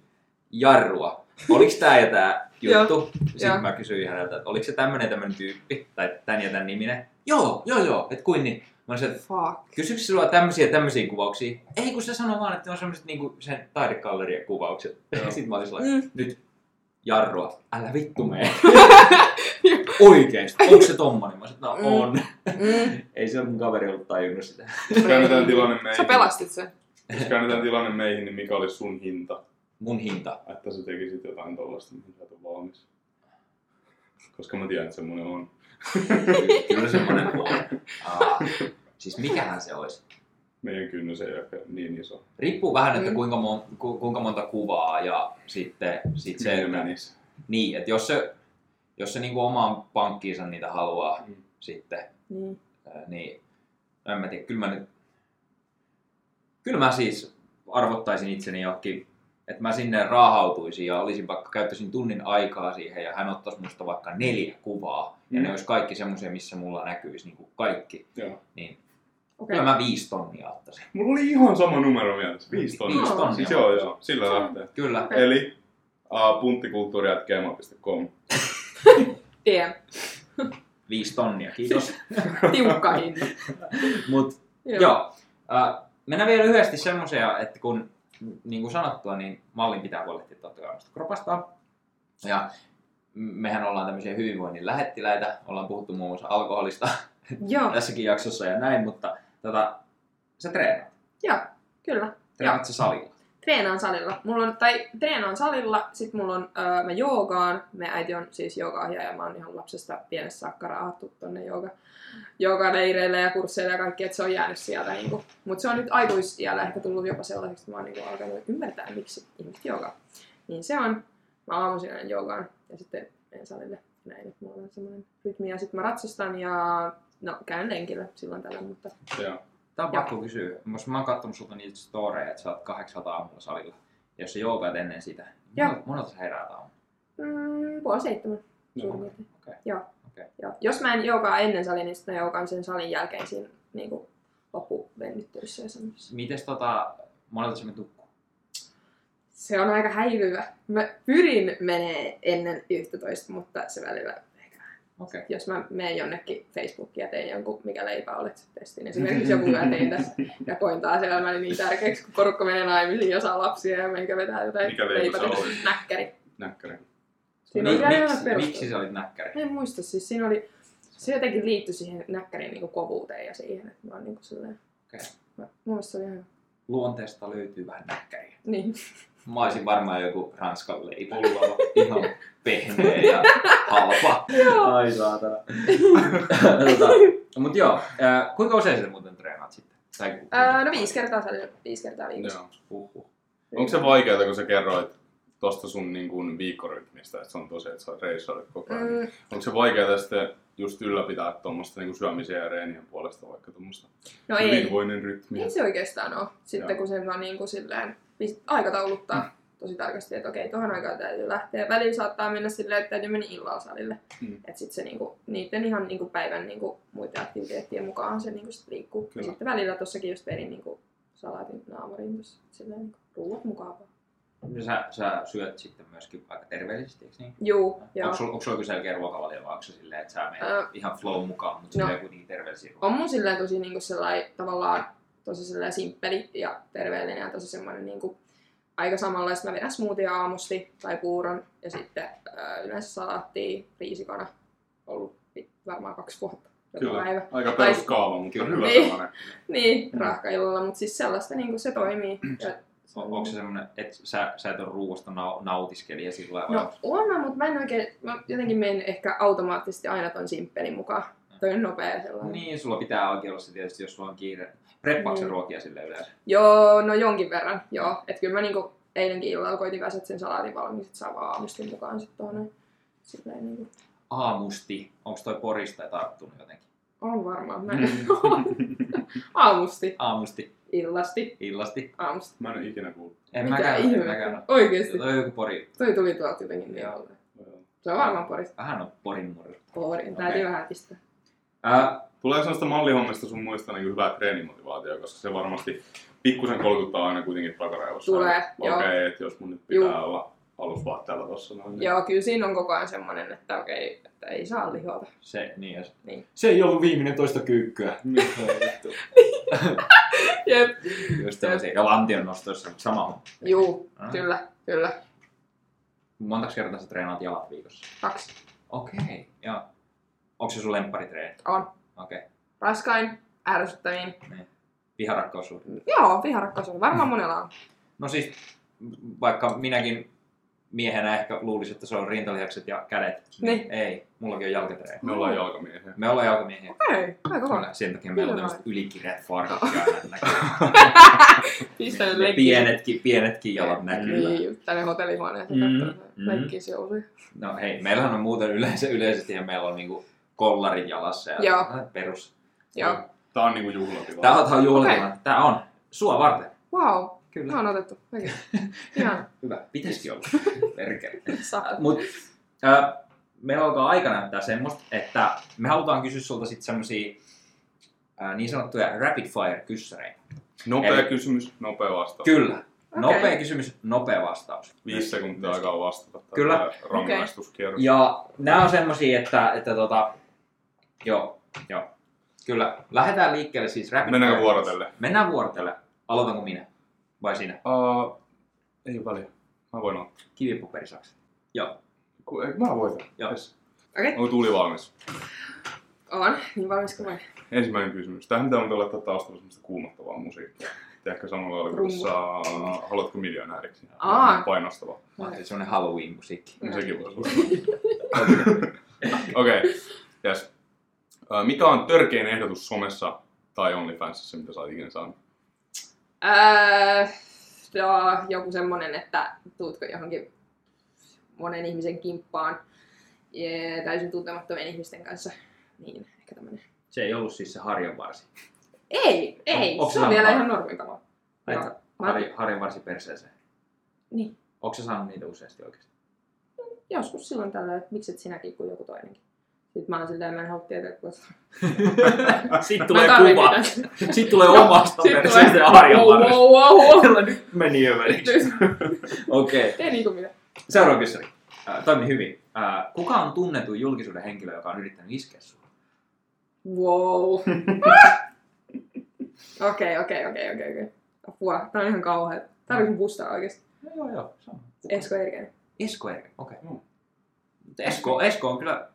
jarrua, oliks tää ja tää juttu?
joo.
Sitten mä kysyin häneltä, että oliko se tämmönen ja tämmönen tyyppi, tai tän ja tän niminen? Joo, joo, joo, et kuin niin. Mä olin se, että
Fuck.
Kysyks sulla tämmöisiä tämmöisiä kuvauksia? Ei, kun se sanoo vaan, että ne on semmoiset niinku sen taidegallerien kuvaukset. <laughs>
Joo.
Sitten mä olin sellainen,
Mm.
nyt jarrua, älä vittu mee.
<laughs>
Oikeesti, onko se tommonen? Mä sanoin, että
Mm.
no on.
Mm.
Ei se mun kaveri ollut tajunnut sitä.
Jos
Niin.
käännetään tilanne meihin.
Sä pelastit sen.
Jos käännetään tilanne meihin, niin mikä olisi sun hinta,
Mun hinta.
että sä tekisit jotain tollaista, mihin sä et ole valmis? Koska mä tiedän, että semmoinen on.
Kyllä semmonen on. Aa, siis mikähän se olisi?
Meidän kynnys ei ole niin iso.
Riippuu vähän, että
Mm.
kuinka, mon, ku, kuinka monta kuvaa ja sitten sit se,
Meillä
että
menisi.
Niin, että jos se, jos se niinku omaan pankkiinsa niitä haluaa
Mm.
sitten,
Niin.
ää, niin en mä tiedä, kyllä mä nyt, kyllä mä siis arvottaisin itseni johonkin, että mä sinne raahautuisin ja olisin vaikka, käyttäisin tunnin aikaa siihen ja hän ottaisi musta vaikka neljä kuvaa ja
Mm.
ne olisi kaikki semmoisia, missä mulla näkyisi niin kuin kaikki.
Joo.
Okei.
Kyllä mä viisi tonnia ottaisin.
Mulla oli ihan sama numero mielessä. Viisi tonnia.
Viisi tonnia.
Siis joo, joo. Sillä lähtee.
Kyllä.
Okei.
Eli uh, punttikulttuuri.gmail.com.
Tien.
Viisi tonnia, kiitos.
Tiukka hinta.
Mut <laughs> Joo. Äh, mennään vielä lyhyesti semmoisia, että kun niin kuin sanottua, niin mallin pitää huolehtia totta kai omasta kropasta. Ja m- mehän ollaan tämmöisiä hyvinvoinnin lähettiläitä, ollaan puhuttu muun muassa alkoholista <laughs>
Joo,
tässäkin jaksossa ja näin, mutta tota, sä treenaat.
joo, kyllä.
Treenaat sä salilla.
treenaan salilla. Mulla on, tai treenaan salilla, sit mulla on, öö, mä joogaan. Me äiti on siis joogaohjaaja ja mä oon ihan lapsesta pienessä saakka raahattu tonne jooga, joogaleireille ja kursseille ja kaikki, että se on jäänyt sieltä niinku. Mut se on nyt aikuisiällä ehkä tullut jopa sellaiseksi, että mä oon niinku alkanut ymmärtää, miksi ihmiset joogaa. Niin se on. Mä aamuisin aina joogaan ja sitten menen salille näin, että mulla on semmoinen rytmi. Ja sitten mä ratsastan ja no käyn lenkillä silloin tällöin, mutta
Joo.
Tää on
Joo.
pakko kysyä. Mä- Mä oon kattonut sulta niitä storeja, että sä oot kahdeksalta aamulla salilla. Ja jos sä joogaat ennen sitä,
Joo.
niin monelta sä heräät aamulla?
mm, puoli seitsemän. suurin
Joo.
piirtein.
Okei.
Joo.
Okei.
Joo. Jos mä en joogaa ennen salia, niin sitten mä joogaan sen salin jälkeen siinä niin kuin, loppuvennyttelyssä ja semmoisessa.
Mites tota, monelta sä menet nukkuun?
Se on aika häilyvä. Mä pyrin menee ennen 11, mutta se välillä ehkä vähän.
Okei. Okay.
jos mä menen jonnekin Facebookiin ja teen jonkun mikä leipä olet testin. Esimerkiksi joku mä tein tässä ja koin taas elämäni niin tärkeäksi, kun porukka menee naimisiin ja saa lapsia ja meikä vetää jotain
Mikä leipä se
leipätystä.
oli?
Näkkäri.
Näkkäri.
Siinä oli vielä
miksi,
perustelu.
miksi sä olit näkkäri?
Mä en muista, siis siinä oli, se jotenkin liittyi siihen näkkärin niin kovuuteen ja siihen, että mä oon niin kuin silleen,
Okei.
mä, mun mielestä se oli ihan,
Luonteesta löytyy vähän näkkäriä.
niin,
Mä olisin varmaan joku ranskan leipä.
Pullava.
Ihan pehmeä ja halpa.
Joo.
Ai saatana. <laughs> tota, mut joo, äh, kuinka usein sä muuten treenaat sitten? Tai ku-
öö, no viisi kertaa salilla, viisi kertaa viikossa.
Joo.
Huhhuh.
Onko se vaikeaa, kun sä kerroit tosta sun niin kuin viikkorytmistä, että se on tosiaan, että sä reissaat koko ajan.
Mm,
Onko se vaikeaa sitten just ylläpitää tuommoista niin syömisen ja reenien puolesta vaikka tuommoista
no ei,
hyvinvoinnin rytmiä?
ei Niin se oikeastaan ole. Sitten
Joo. Mm.
kun sen vaan niin kuin silleen, pist- aikatauluttaa tosi tarkasti, että okei, tuohon aikaan täytyy lähteä. Välillä saattaa mennä silleen, että täytyy mennä illalla salille.
Mm.
Että sitten se niinku, niiden ihan niinku päivän niinku muiden aktiviteettien mukaan se niinku sit liikkuu.
Kyllä.
Ja sitten välillä tossakin just perin niinku salaatin naamariin tuossa. Silleen niinku ruuat mukaan vaan.
Ja Sä, sä syöt sitten myöskin aika terveellisesti, eikö niin?
Juu, joo.
Onko sulla, onko sulla joku selkeä ruokavalio vai onko se silleen, että sä menet
Ö.
ihan flow mukaan, mutta
No.
no. kuitenkin terveellisiä ruokaa?
on mun silleen tosi niinku sellai, tavallaan tosi sellainen simppeli ja terveellinen ja tosi semmoinen niinku, aika samanlaista. Mä vedän smoothia aamusti tai puuron ja sitten äh, yleensä salaattia, riisikana. Ollut vi- varmaan kaksi vuotta joka
Kyllä.
päivä.
Aika peruskaava, mutta
Kyllä.
hyvä
Niin.
sellainen.
Niin,
Mm.
rahkaillalla, mutta siis sellaista niinku se toimii. Ja se
On,
on-
onko se semmoinen, että sä, sä et ole ruoasta nau- nautiskelija sillä lailla? vai
No on mä, mutta mä en oikein, mä jotenkin menen ehkä automaattisesti aina ton simppelin mukaan. Toi on nopea sellainen.
Niin, sulla pitää oikein olla se tietysti, jos sulla on kiire. Preppaaksen
Niin.
ruokia sille yleensä?
Joo, no jonkin verran, joo. Et kyllä mä niinku eilenkin illalla koitin väsät sen salaatin valmiin, sit saa vaan aamusti mukaan sit tuonne. Silleen niinku,
Aamusti. Onko toi porista tarttunut jotenkin?
on varmaan, mä en
Mm.
<laughs> Aamusti,
Aamusti,
illasti,
illasti.
aamusti.
Mä en ole ikinä kuullut.
En
Mitä
mäkään, en
ihmettä?
mäkään.
Oikeesti,
Toi on joku pori.
toi tuli tuolta jotenkin niin
Joo.
alle. Se on varmaan porista.
Vähän on porin murretta.
Poorin, täytyy vähän pistää.
Äh,
Tuleeko sellaista mallihommista sun muista niin hyvää treenimotivaatio, koska se varmasti pikkusen kolkuttaa aina kuitenkin takaraivossa.
Tulee,
Okei,
joo.
okay, että jos mun nyt pitää
Juu.
olla alusvaatteella tossa noin.
Mm.
niin-
Joo, kyllä siinä on koko ajan semmonen, että okei, että ei
<laughs>
saa lihota.
se, niin jos...
Niin.
Se ei ollut viimeinen toista
<laughs>
kyykkyä.
Jep,
Just tämmöisiä. Ja lantion nostoissa sama on.
juu,
Ah.
kyllä, kyllä.
Montaks kertaa sä treenaat jalat viikossa?
Kaksi.
Okei, okay, joo. Onko se sun lempparitreeni?
On.
Okei. Okay.
Raskain, ärsyttävin.
Viharakkaus
Joo, viharakkaus on. Varmaan monella on.
No siis, vaikka minäkin miehenä ehkä luulisin, että se on rintalihakset ja kädet, niin,
Niin.
ei. Mullakin on jalkatreeni.
Me ollaan jalkamiehiä.
Me ollaan jalkamiehiä.
Okei, aika kova.
Kyllä, Sen takia meillä on
Kyllä
tämmöiset ylikireät farkut ja aina
<laughs>
näkyy.
Pistä nyt
Ne
leikkiin.
pienetkin, pienetkin jalat näkyy.
Niin, just tänne hotellihuoneeseen
Mm,
katsomaan.
mm.
Leikkiä se usein.
No hei, meillähän on muuten yleensä, yleisesti ja meillä on niinku kollarit jalassa ja
Joo.
perus.
Joo.
Tää on niinku juhlatila.
Tää on, tää on juhlatilanne. Tää on. Sua varten.
Wow,
Kyllä.
mä oon otettu.
<laughs>
Oikein. Ihan
Hyvä. Pitäisikin
<laughs>
olla. Perkele.
saa.
Mut, äh, meillä alkaa aika näyttää semmoista, että me halutaan kysyä sulta sitten semmosia äh, niin sanottuja rapid fire kyssäreitä.
Nopea
Eli-
kysymys, nopea vastaus.
Kyllä. Okay.
Okei.
Nopea kysymys, nopea vastaus.
Viisi sekuntia aikaa vastata. Tää
Kyllä.
tää Rangaistuskierros.
Ja nämä on semmosia, että, että tota, joo, joo. Kyllä. Lähdetään liikkeelle siis rapid
Mennäänkö
fire.
vuorotelle?
Mennään vuorotelle. Aloitanko minä? Vai sinä?
Uh, ei ole väliä. Mä voin ottaa.
Kivipaperisakset. Joo.
Ku- ei, Mä voitan.
Joo.
Yes.
Okei,
Onko tuli valmis?
on. Niin valmis kuin vain.
Ensimmäinen kysymys. Tähän pitää muuten laittaa taustalla semmoista kuumottavaa musiikkia. ehkä samalla oli
Rumpu.
tuossa Haluatko miljonääriksi?
Aa.
Painostava.
Mä ajattelin semmonen Halloween-musiikki.
Niin sekin voisi olla. Okei, okay. yes. Ö, Mikä on törkein ehdotus somessa tai OnlyFansissa, mitä sä oot ikinä saanut?
Öö, joo, joku semmonen, että tuutko johonkin monen ihmisen kimppaan ja täysin tuntemattomien ihmisten kanssa. Niin, ehkä tämmönen.
Se ei ollut siis se harjanvarsi.
Ei, ei.
onko
se
se
on vielä
lampaa?
ihan normitalo.
Tai
Joo.
no, harja, harjanvarsi perseeseen.
Niin.
Onko sä saanut niitä useasti <laughs> oikeasti?
Joskus silloin tällä, että mikset sinäkin kuin joku toinenkin. Sitten mä oon silleen, mä en halua tietää, kun
Sitten
Mä
tulee
tarvin
kuva.
niitä.
Sitten tulee
Joo,
omasta
sit
perseestä
tulee-
harjanvarsi.
Wow, wow, wow.
Nyt meni jo väliksi. Okei. Okay.
Tee niinku mitä.
Seuraava kysymys. Äh, toimi hyvin. Äh, kuka on tunnettu julkisuuden henkilö, joka on yrittänyt iskeä sinua?
Wow. Okei, okei, okei, okei, okei. Apua, tää on ihan kauhea. Tarvitsen boostaa oikeesti.
No, joo, joo. Se on.
Esko Erkeen.
Esko Erkä, okei.
Mm.
Mutta Esko, Esko on kyllä...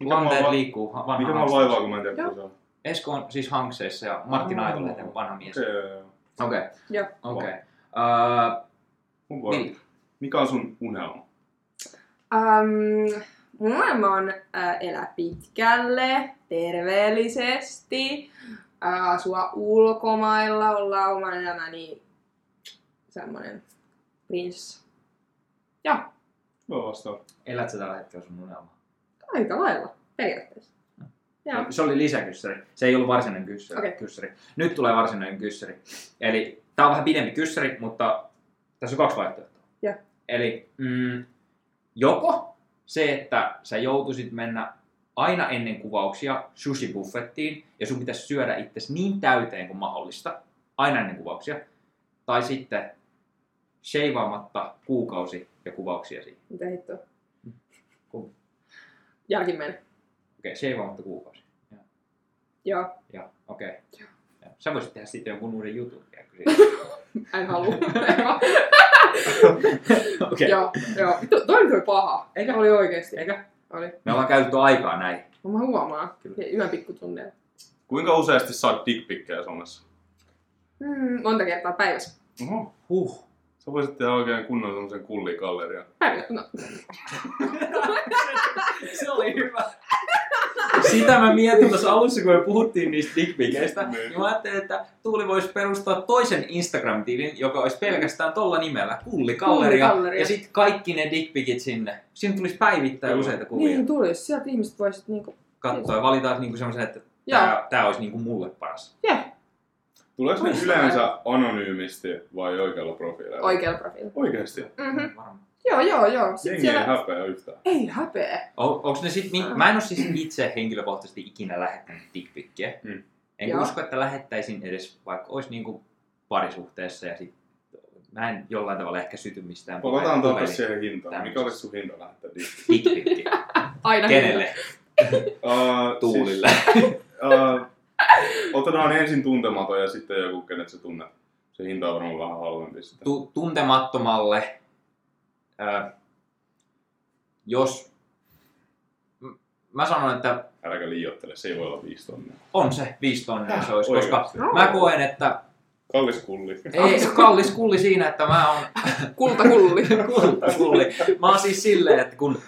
Mikä
Lanteet
mua va-
liikkuu ha- vanha
Mikä mä
hankseissa.
vaivaa, kun mä en tiedä, kuka se on?
Esko on siis hankseissa ja Martin
Aa.
Aitolehden vanha mies.
Okei, joo, joo.
Mm. Okei.
Joo.
Okei. Öö,
Mun vuoro.
Niin.
Mikä on sun unelma?
Um, mun unelma on äh, elää pitkälle, terveellisesti, äh, asua ulkomailla, olla oman elämäni semmonen prinssi.
Hyvä vastaus.
elät sä tällä hetkellä sun unelmaa?
Aika lailla, periaatteessa. Joo.
Se oli lisäkyssäri. Se ei ollut varsinainen kyssäri.
Okei.
kyssäri. Nyt tulee varsinainen kyssäri. Eli tää on vähän pidempi kyssäri, mutta tässä on kaksi vaihtoehtoa.
Joo.
Eli mm, joko se, että sä joutuisit mennä aina ennen kuvauksia sushi-buffettiin ja sun pitäisi syödä itsesi niin täyteen kuin mahdollista, aina ennen kuvauksia, tai sitten sheivaamatta kuukausi ja kuvauksia siihen.
Mitä hittoa?
Kumpi?
Jälkimmäinen.
Okei, sheivaamatta kuukausi.
Joo,
Joo, okei. Okay.
Joo.
Sä voisit tehdä siitä jonkun uuden jutun. tiedätkö, siitä.
en halua. En halua.
<laughs> Okei.
<laughs> Joo, joo. Vittu, toi nyt oli paha.
Eikö?
Oli oikeesti.
Eikö?
Oli.
Me ollaan käytetty aikaa näin.
No Mä huomaan.
Kyllä.
Ja yhden pikkutunneilla.
Kuinka useasti saat dickpikkejä somessa?
Mm, monta kertaa päivässä.
Oho.
Huh.
Sä voisit tehdä oikein kunnon semmosen kulligallerian.
Päivässä. No,
Se oli hyvä. Sitä mä mietin tuossa alussa, kun me puhuttiin niistä dickpikeistä.
Niin.
Niin mä ajattelin, että Tuuli voisi perustaa toisen Instagram-tilin, joka olisi pelkästään tolla nimellä. Kullikalleria.
Kullikalleria.
Ja sitten kaikki ne dickpikit sinne. Siinä tulisi päivittäin
Joo.
useita kuvia.
niin tulisi. Sieltä ihmiset voisit niinku...
Katsoa ja valita niinku semmoisen, että
Joo.
tää, tää olisi niinku mulle paras.
Tuleeko ne
Muista
yleensä anonyymisti vai oikealla profiililla?
Oikealla profiililla.
Oikeesti?
Mm-hmm.
Varmaan.
Joo, joo, joo. Sit
Jengi ei
siellä...
häpeä yhtään.
Ei häpeä.
On, onks ne sit, mi- mä en ole siis itse henkilökohtaisesti ikinä lähettänyt dickpikkiä.
Mm.
Enkä
Joo.
usko, että lähettäisin edes, vaikka olisi niinku parisuhteessa ja sit mä en jollain tavalla ehkä syty mistään.
Palataan
puhelin-
takaisin siihen tuota hintaan.
Tää-
Mikä olisi sun Äh, hinta lähettää
<laughs>
dickpic?
Dickpikki.
Aina.
Kenelle?
Uh, <laughs>
Tuulille.
uh, otetaan ensin tuntematon ja sitten joku, kenet sä tunnet. Se hinta on varmaan vähän halvempi sitten.
Tu- tuntemattomalle, ö, jos... M- Mä sanon, että
Äläkä liioittele, se ei voi olla viisi tonnia.
on se viisi tonnia se olisi,
Oikeasti.
koska mä koen, että
Kallis kulli.
ei, kallis kulli siinä, että mä oon
Kultakulli.
kultakulli. Mä oon siis silleen, että kun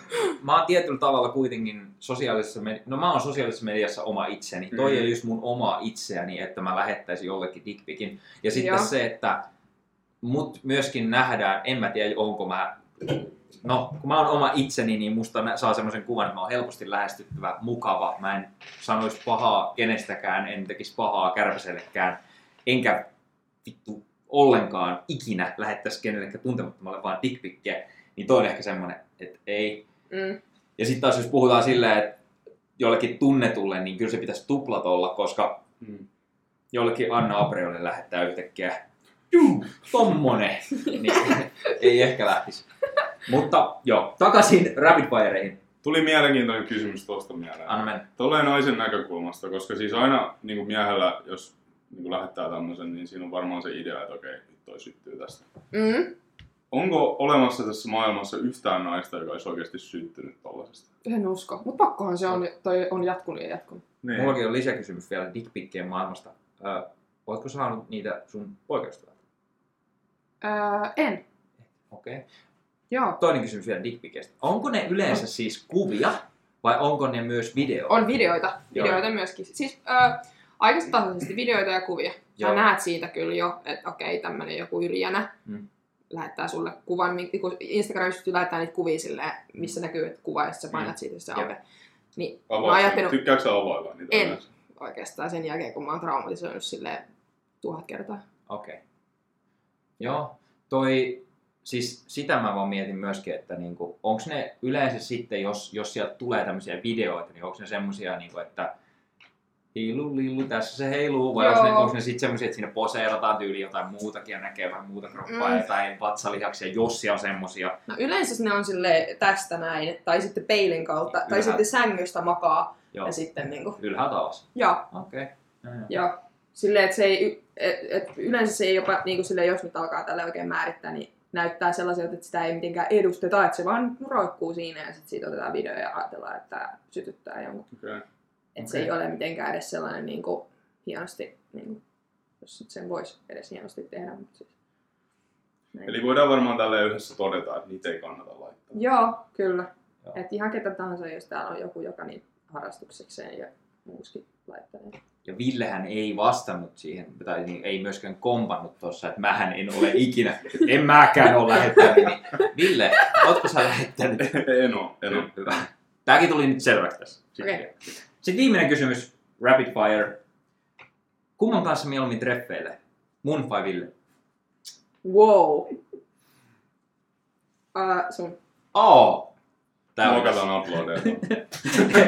mä oon tietyllä tavalla kuitenkin sosiaalisessa mediassa, no mä oon sosiaalisessa mediassa oma itseni. Toi
Mm.
ei olisi mun oma itseäni, että mä lähettäisin jollekin dickpikin. Ja sitten
Joo.
se, että mut myöskin nähdään, en mä tiedä onko mä, no kun mä oon oma itseni, niin musta nä- saa semmoisen kuvan, että mä oon helposti lähestyttävä, mukava. Mä en sanoisi pahaa kenestäkään, en tekisi pahaa kärpäsellekään, enkä vittu ollenkaan ikinä lähettäisi kenellekään tuntemattomalle vaan dickpikkiä, niin toi on ehkä semmoinen, että ei.
Mm.
Ja sitten taas jos puhutaan silleen, että jollekin tunnetulle, niin kyllä se pitäisi tuplat olla, koska
Mm.
jollekin Anna Abriolle lähettää yhtäkkiä Juu, tommonen, niin ei ehkä lähtisi. Mutta joo, takaisin rapid fireihin.
Tuli mielenkiintoinen kysymys tuosta mieleen.
Anna mennä.
Tolleen naisen näkökulmasta, koska siis aina niin kuin miehellä, jos niin kuin lähettää tämmöisen, niin siinä on varmaan se idea, että okei, nyt toi syttyy tästä.
Mm.
Onko olemassa tässä maailmassa yhtään naista, joka olisi oikeasti syttynyt tollasesta?
En usko. Mut pakkohan se on, toi on jatkunut ja jatkunut.
Niin.
Mullakin on lisäkysymys vielä dickpikkien maailmasta. Ö, Ootko saanut niitä sun poikaystävältä?
Öö, en.
Okei.
Joo.
Toinen kysymys vielä dickpikeistä. Onko ne yleensä siis kuvia vai onko ne myös video?
On videoita.
Joo.
Videoita myöskin. Siis öö, aika tasaisesti videoita ja kuvia. Sä
Joo.
näet siitä kyllä jo, että okei, tämmönen joku yrjänä
Mm.
lähettää sulle kuvan, mi- kun Instagramissa pystyy lähettämään niitä kuvia silleen, missä näkyy että kuva, ja sit sä painat siitä, jos se
Mm. Joo.
aukeaa. Niin mä oon
Avaat sen.
ajatellut
Tykkääkö sä availla niitä?
En.
yleensä?
oikeastaan sen jälkeen, kun mä oon traumatisoinut silleen tuhat kertaa.
Okei. Joo, toi, siis sitä mä vaan mietin myöskin, että niinku, onko ne yleensä sitten, jos, jos sieltä tulee tämmöisiä videoita, niin onko ne semmoisia, niinku, että hiilu, lillu, tässä se heiluu, vai
Joo.
onko ne, onks ne sitten semmoisia, että siinä poseerataan tyyli jotain muutakin ja näkee vähän muuta kroppaa
Mm.
mm. tai vatsalihaksia, jos siellä on semmoisia.
No yleensä ne on sille tästä näin, tai sitten peilin kautta, tai
Ylhäältä.
sitten sängystä makaa,
Joo,
ja sitten niinku,
ylhäältä alas.
joo.
Okei. Okay.
Joo. Silleen, että se ei, y- et, et yleensä se ei jopa, niin kuin silleen, jos nyt alkaa tällä oikein määrittää, niin näyttää sellaiselta, että sitä ei mitenkään edusteta, että se vaan roikkuu siinä ja sitten siitä otetaan video ja ajatellaan, että tää sytyttää jonkun.
Okei.
Että se
Okei.
ei ole mitenkään edes sellainen niin kuin, hienosti, niin kuin, jos nyt sen voisi edes hienosti tehdä. Mutta siis. Näin.
Eli voidaan varmaan tälle yhdessä todeta, että niitä ei kannata laittaa.
Joo, kyllä.
Joo.
Että ihan ketä tahansa, jos täällä on joku, joka niin harrastuksekseen ja muuskin laittelee.
Ja Villehän ei vastannut siihen, tai niin, ei myöskään kompannut tuossa, että mähän en ole ikinä, en mäkään ole lähettänyt. Niin, Ville, ootko sä lähettänyt?
<laughs> en oo, en oo.
Hyvä. Tämäkin tuli nyt selväksi tässä. Sitten,
Okei.
Sitten viimeinen kysymys, rapid fire. Kumman kanssa mieluummin treffeille? Mun vai Ville?
Wow.
<laughs>
Uh, sun
Oo! <laughs> Tää oli-
Mokataan uploadeja.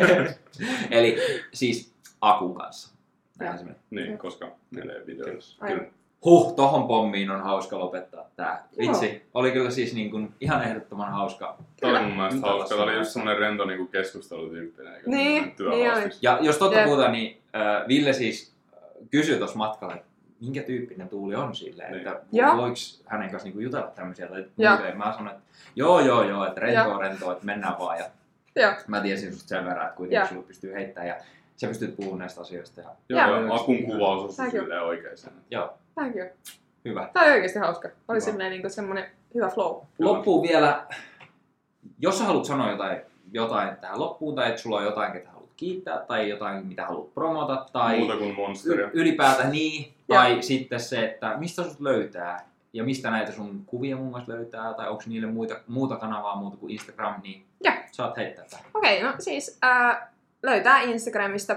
<laughs> Eli siis Akun kanssa. Näinhän se menee.
niin, koska meillä ei ole videoissa.
Aivan.
Huh, tohon pommiin on hauska lopettaa tää. Vitsi, oli kyllä siis niin kuin ihan ehdottoman hauska.
Tämä oli mun mielestä
Mitä
hauska. Tämä oli
tässä
just semmoinen rento niinku keskustelutyyppinen. eikä
Niin,
semmoinen
niin oli.
työhaastis.
Ja jos totta
Jep.
puhutaan, niin äh, Ville siis äh, kysyi tuossa matkalla, että minkä tyyppinen Tuuli on silleen,
Niin.
että
Joo.
vo- voiks hänen kanssa niinku jutella tämmöisiä tai
Joo.
muuta. Ja Mä sanoin, että joo joo joo, että rentoa rentoa, että mennään vaan. Ja
Joo.
mä tiesin susta sen verran, että
Joo.
kuitenkin sulle pystyy heittämään ja sä pystyt puhumaan näistä asioista. Ja
Joo,
Joo.
ja Akun kuvaus osui
Thank you.
silleen oikeeseen.
Tää kyllä.
hyvä.
Tää oli oikeesti hauska. Oli
Hyvä.
semmonen niinku semmonen hyvä flow.
Loppuun vielä, jos sä haluat sanoa jotain, jotain tähän loppuun tai että sulla on jotain, ketä haluat kiittää tai jotain, mitä haluat promota tai...
Muuta kuin monsteria.
Y- ylipäätään niin,
Joo.
tai sitten se, että mistä sut löytää ja mistä näitä sun kuvia muun muassa löytää, tai onko niille muita, muuta kanavaa muuta kuin Instagram, niin
Joo.
saat heittää tämän.
Okei, no siis ää, löytää Instagramista.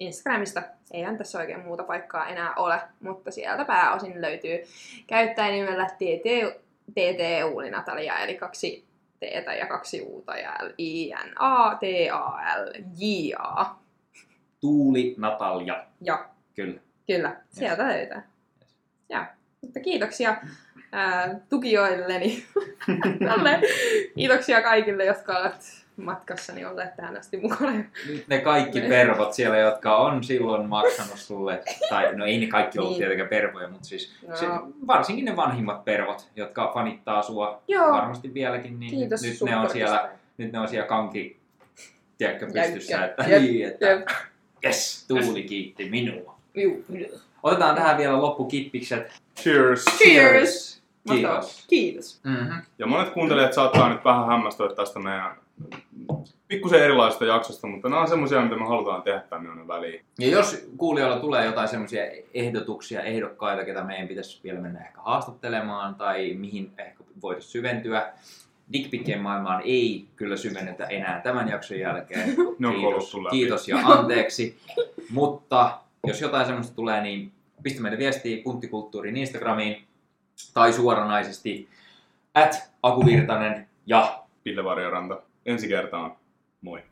Instagramista. Eihän tässä oikein muuta paikkaa enää ole, mutta sieltä pääosin löytyy käyttäjänimellä TT, TT Uuli Natalia, eli kaksi T ja kaksi Uta ja L, I, N, A, T, A, L, J, A.
Tuuli Natalia.
Ja
Kyllä.
kyllä, sieltä löytää. Ja, mutta kiitoksia ää,
<laughs>
tukijoilleni tälle. Kiitoksia kaikille, jotka ovat matkassani olleet tähän asti mukana.
Nyt ne kaikki
Niin.
pervot siellä, jotka on silloin maksanut sulle, tai no ei ne kaikki ollut
Niin.
tietenkään pervoja, mutta siis
No,
se, varsinkin ne vanhimmat pervot, jotka fanittaa sua
joo,
varmasti vieläkin, niin
kiitos
nyt, nyt,
sun
ne on siellä,
kortista.
nyt ne on siellä kanki, tiedätkö,
Jäykkä.
pystyssä, että,
Jep,
niin, että
Jep,
Yes, Tuuli kiitti minua.
juu, juu.
Otetaan tähän vielä loppukippikset.
Cheers!
Cheers!
Kiitos.
Kiitos.
Mm-hmm.
Ja monet kuuntelijat saattaa nyt vähän hämmästyä tästä meidän pikkusen erilaisesta jaksosta, mutta nämä on semmoisia, mitä me halutaan tehdä tänne aina väliin.
Ja jos kuulijoilla tulee jotain semmoisia ehdotuksia, ehdokkaita, ketä meidän pitäisi vielä mennä ehkä haastattelemaan tai mihin ehkä voitaisiin syventyä, Dickpikkien maailmaan ei kyllä syvennetä enää tämän jakson jälkeen.
Ne on
Kiitos,
koluttu läpi.
kiitos ja anteeksi. Mutta jos jotain semmoista tulee, niin pistä meille viestiä Punttikulttuurin Instagramiin tai suoranaisesti at Akuvirtanen ja
Ville Varjoranta, ensi kertaan. Moi!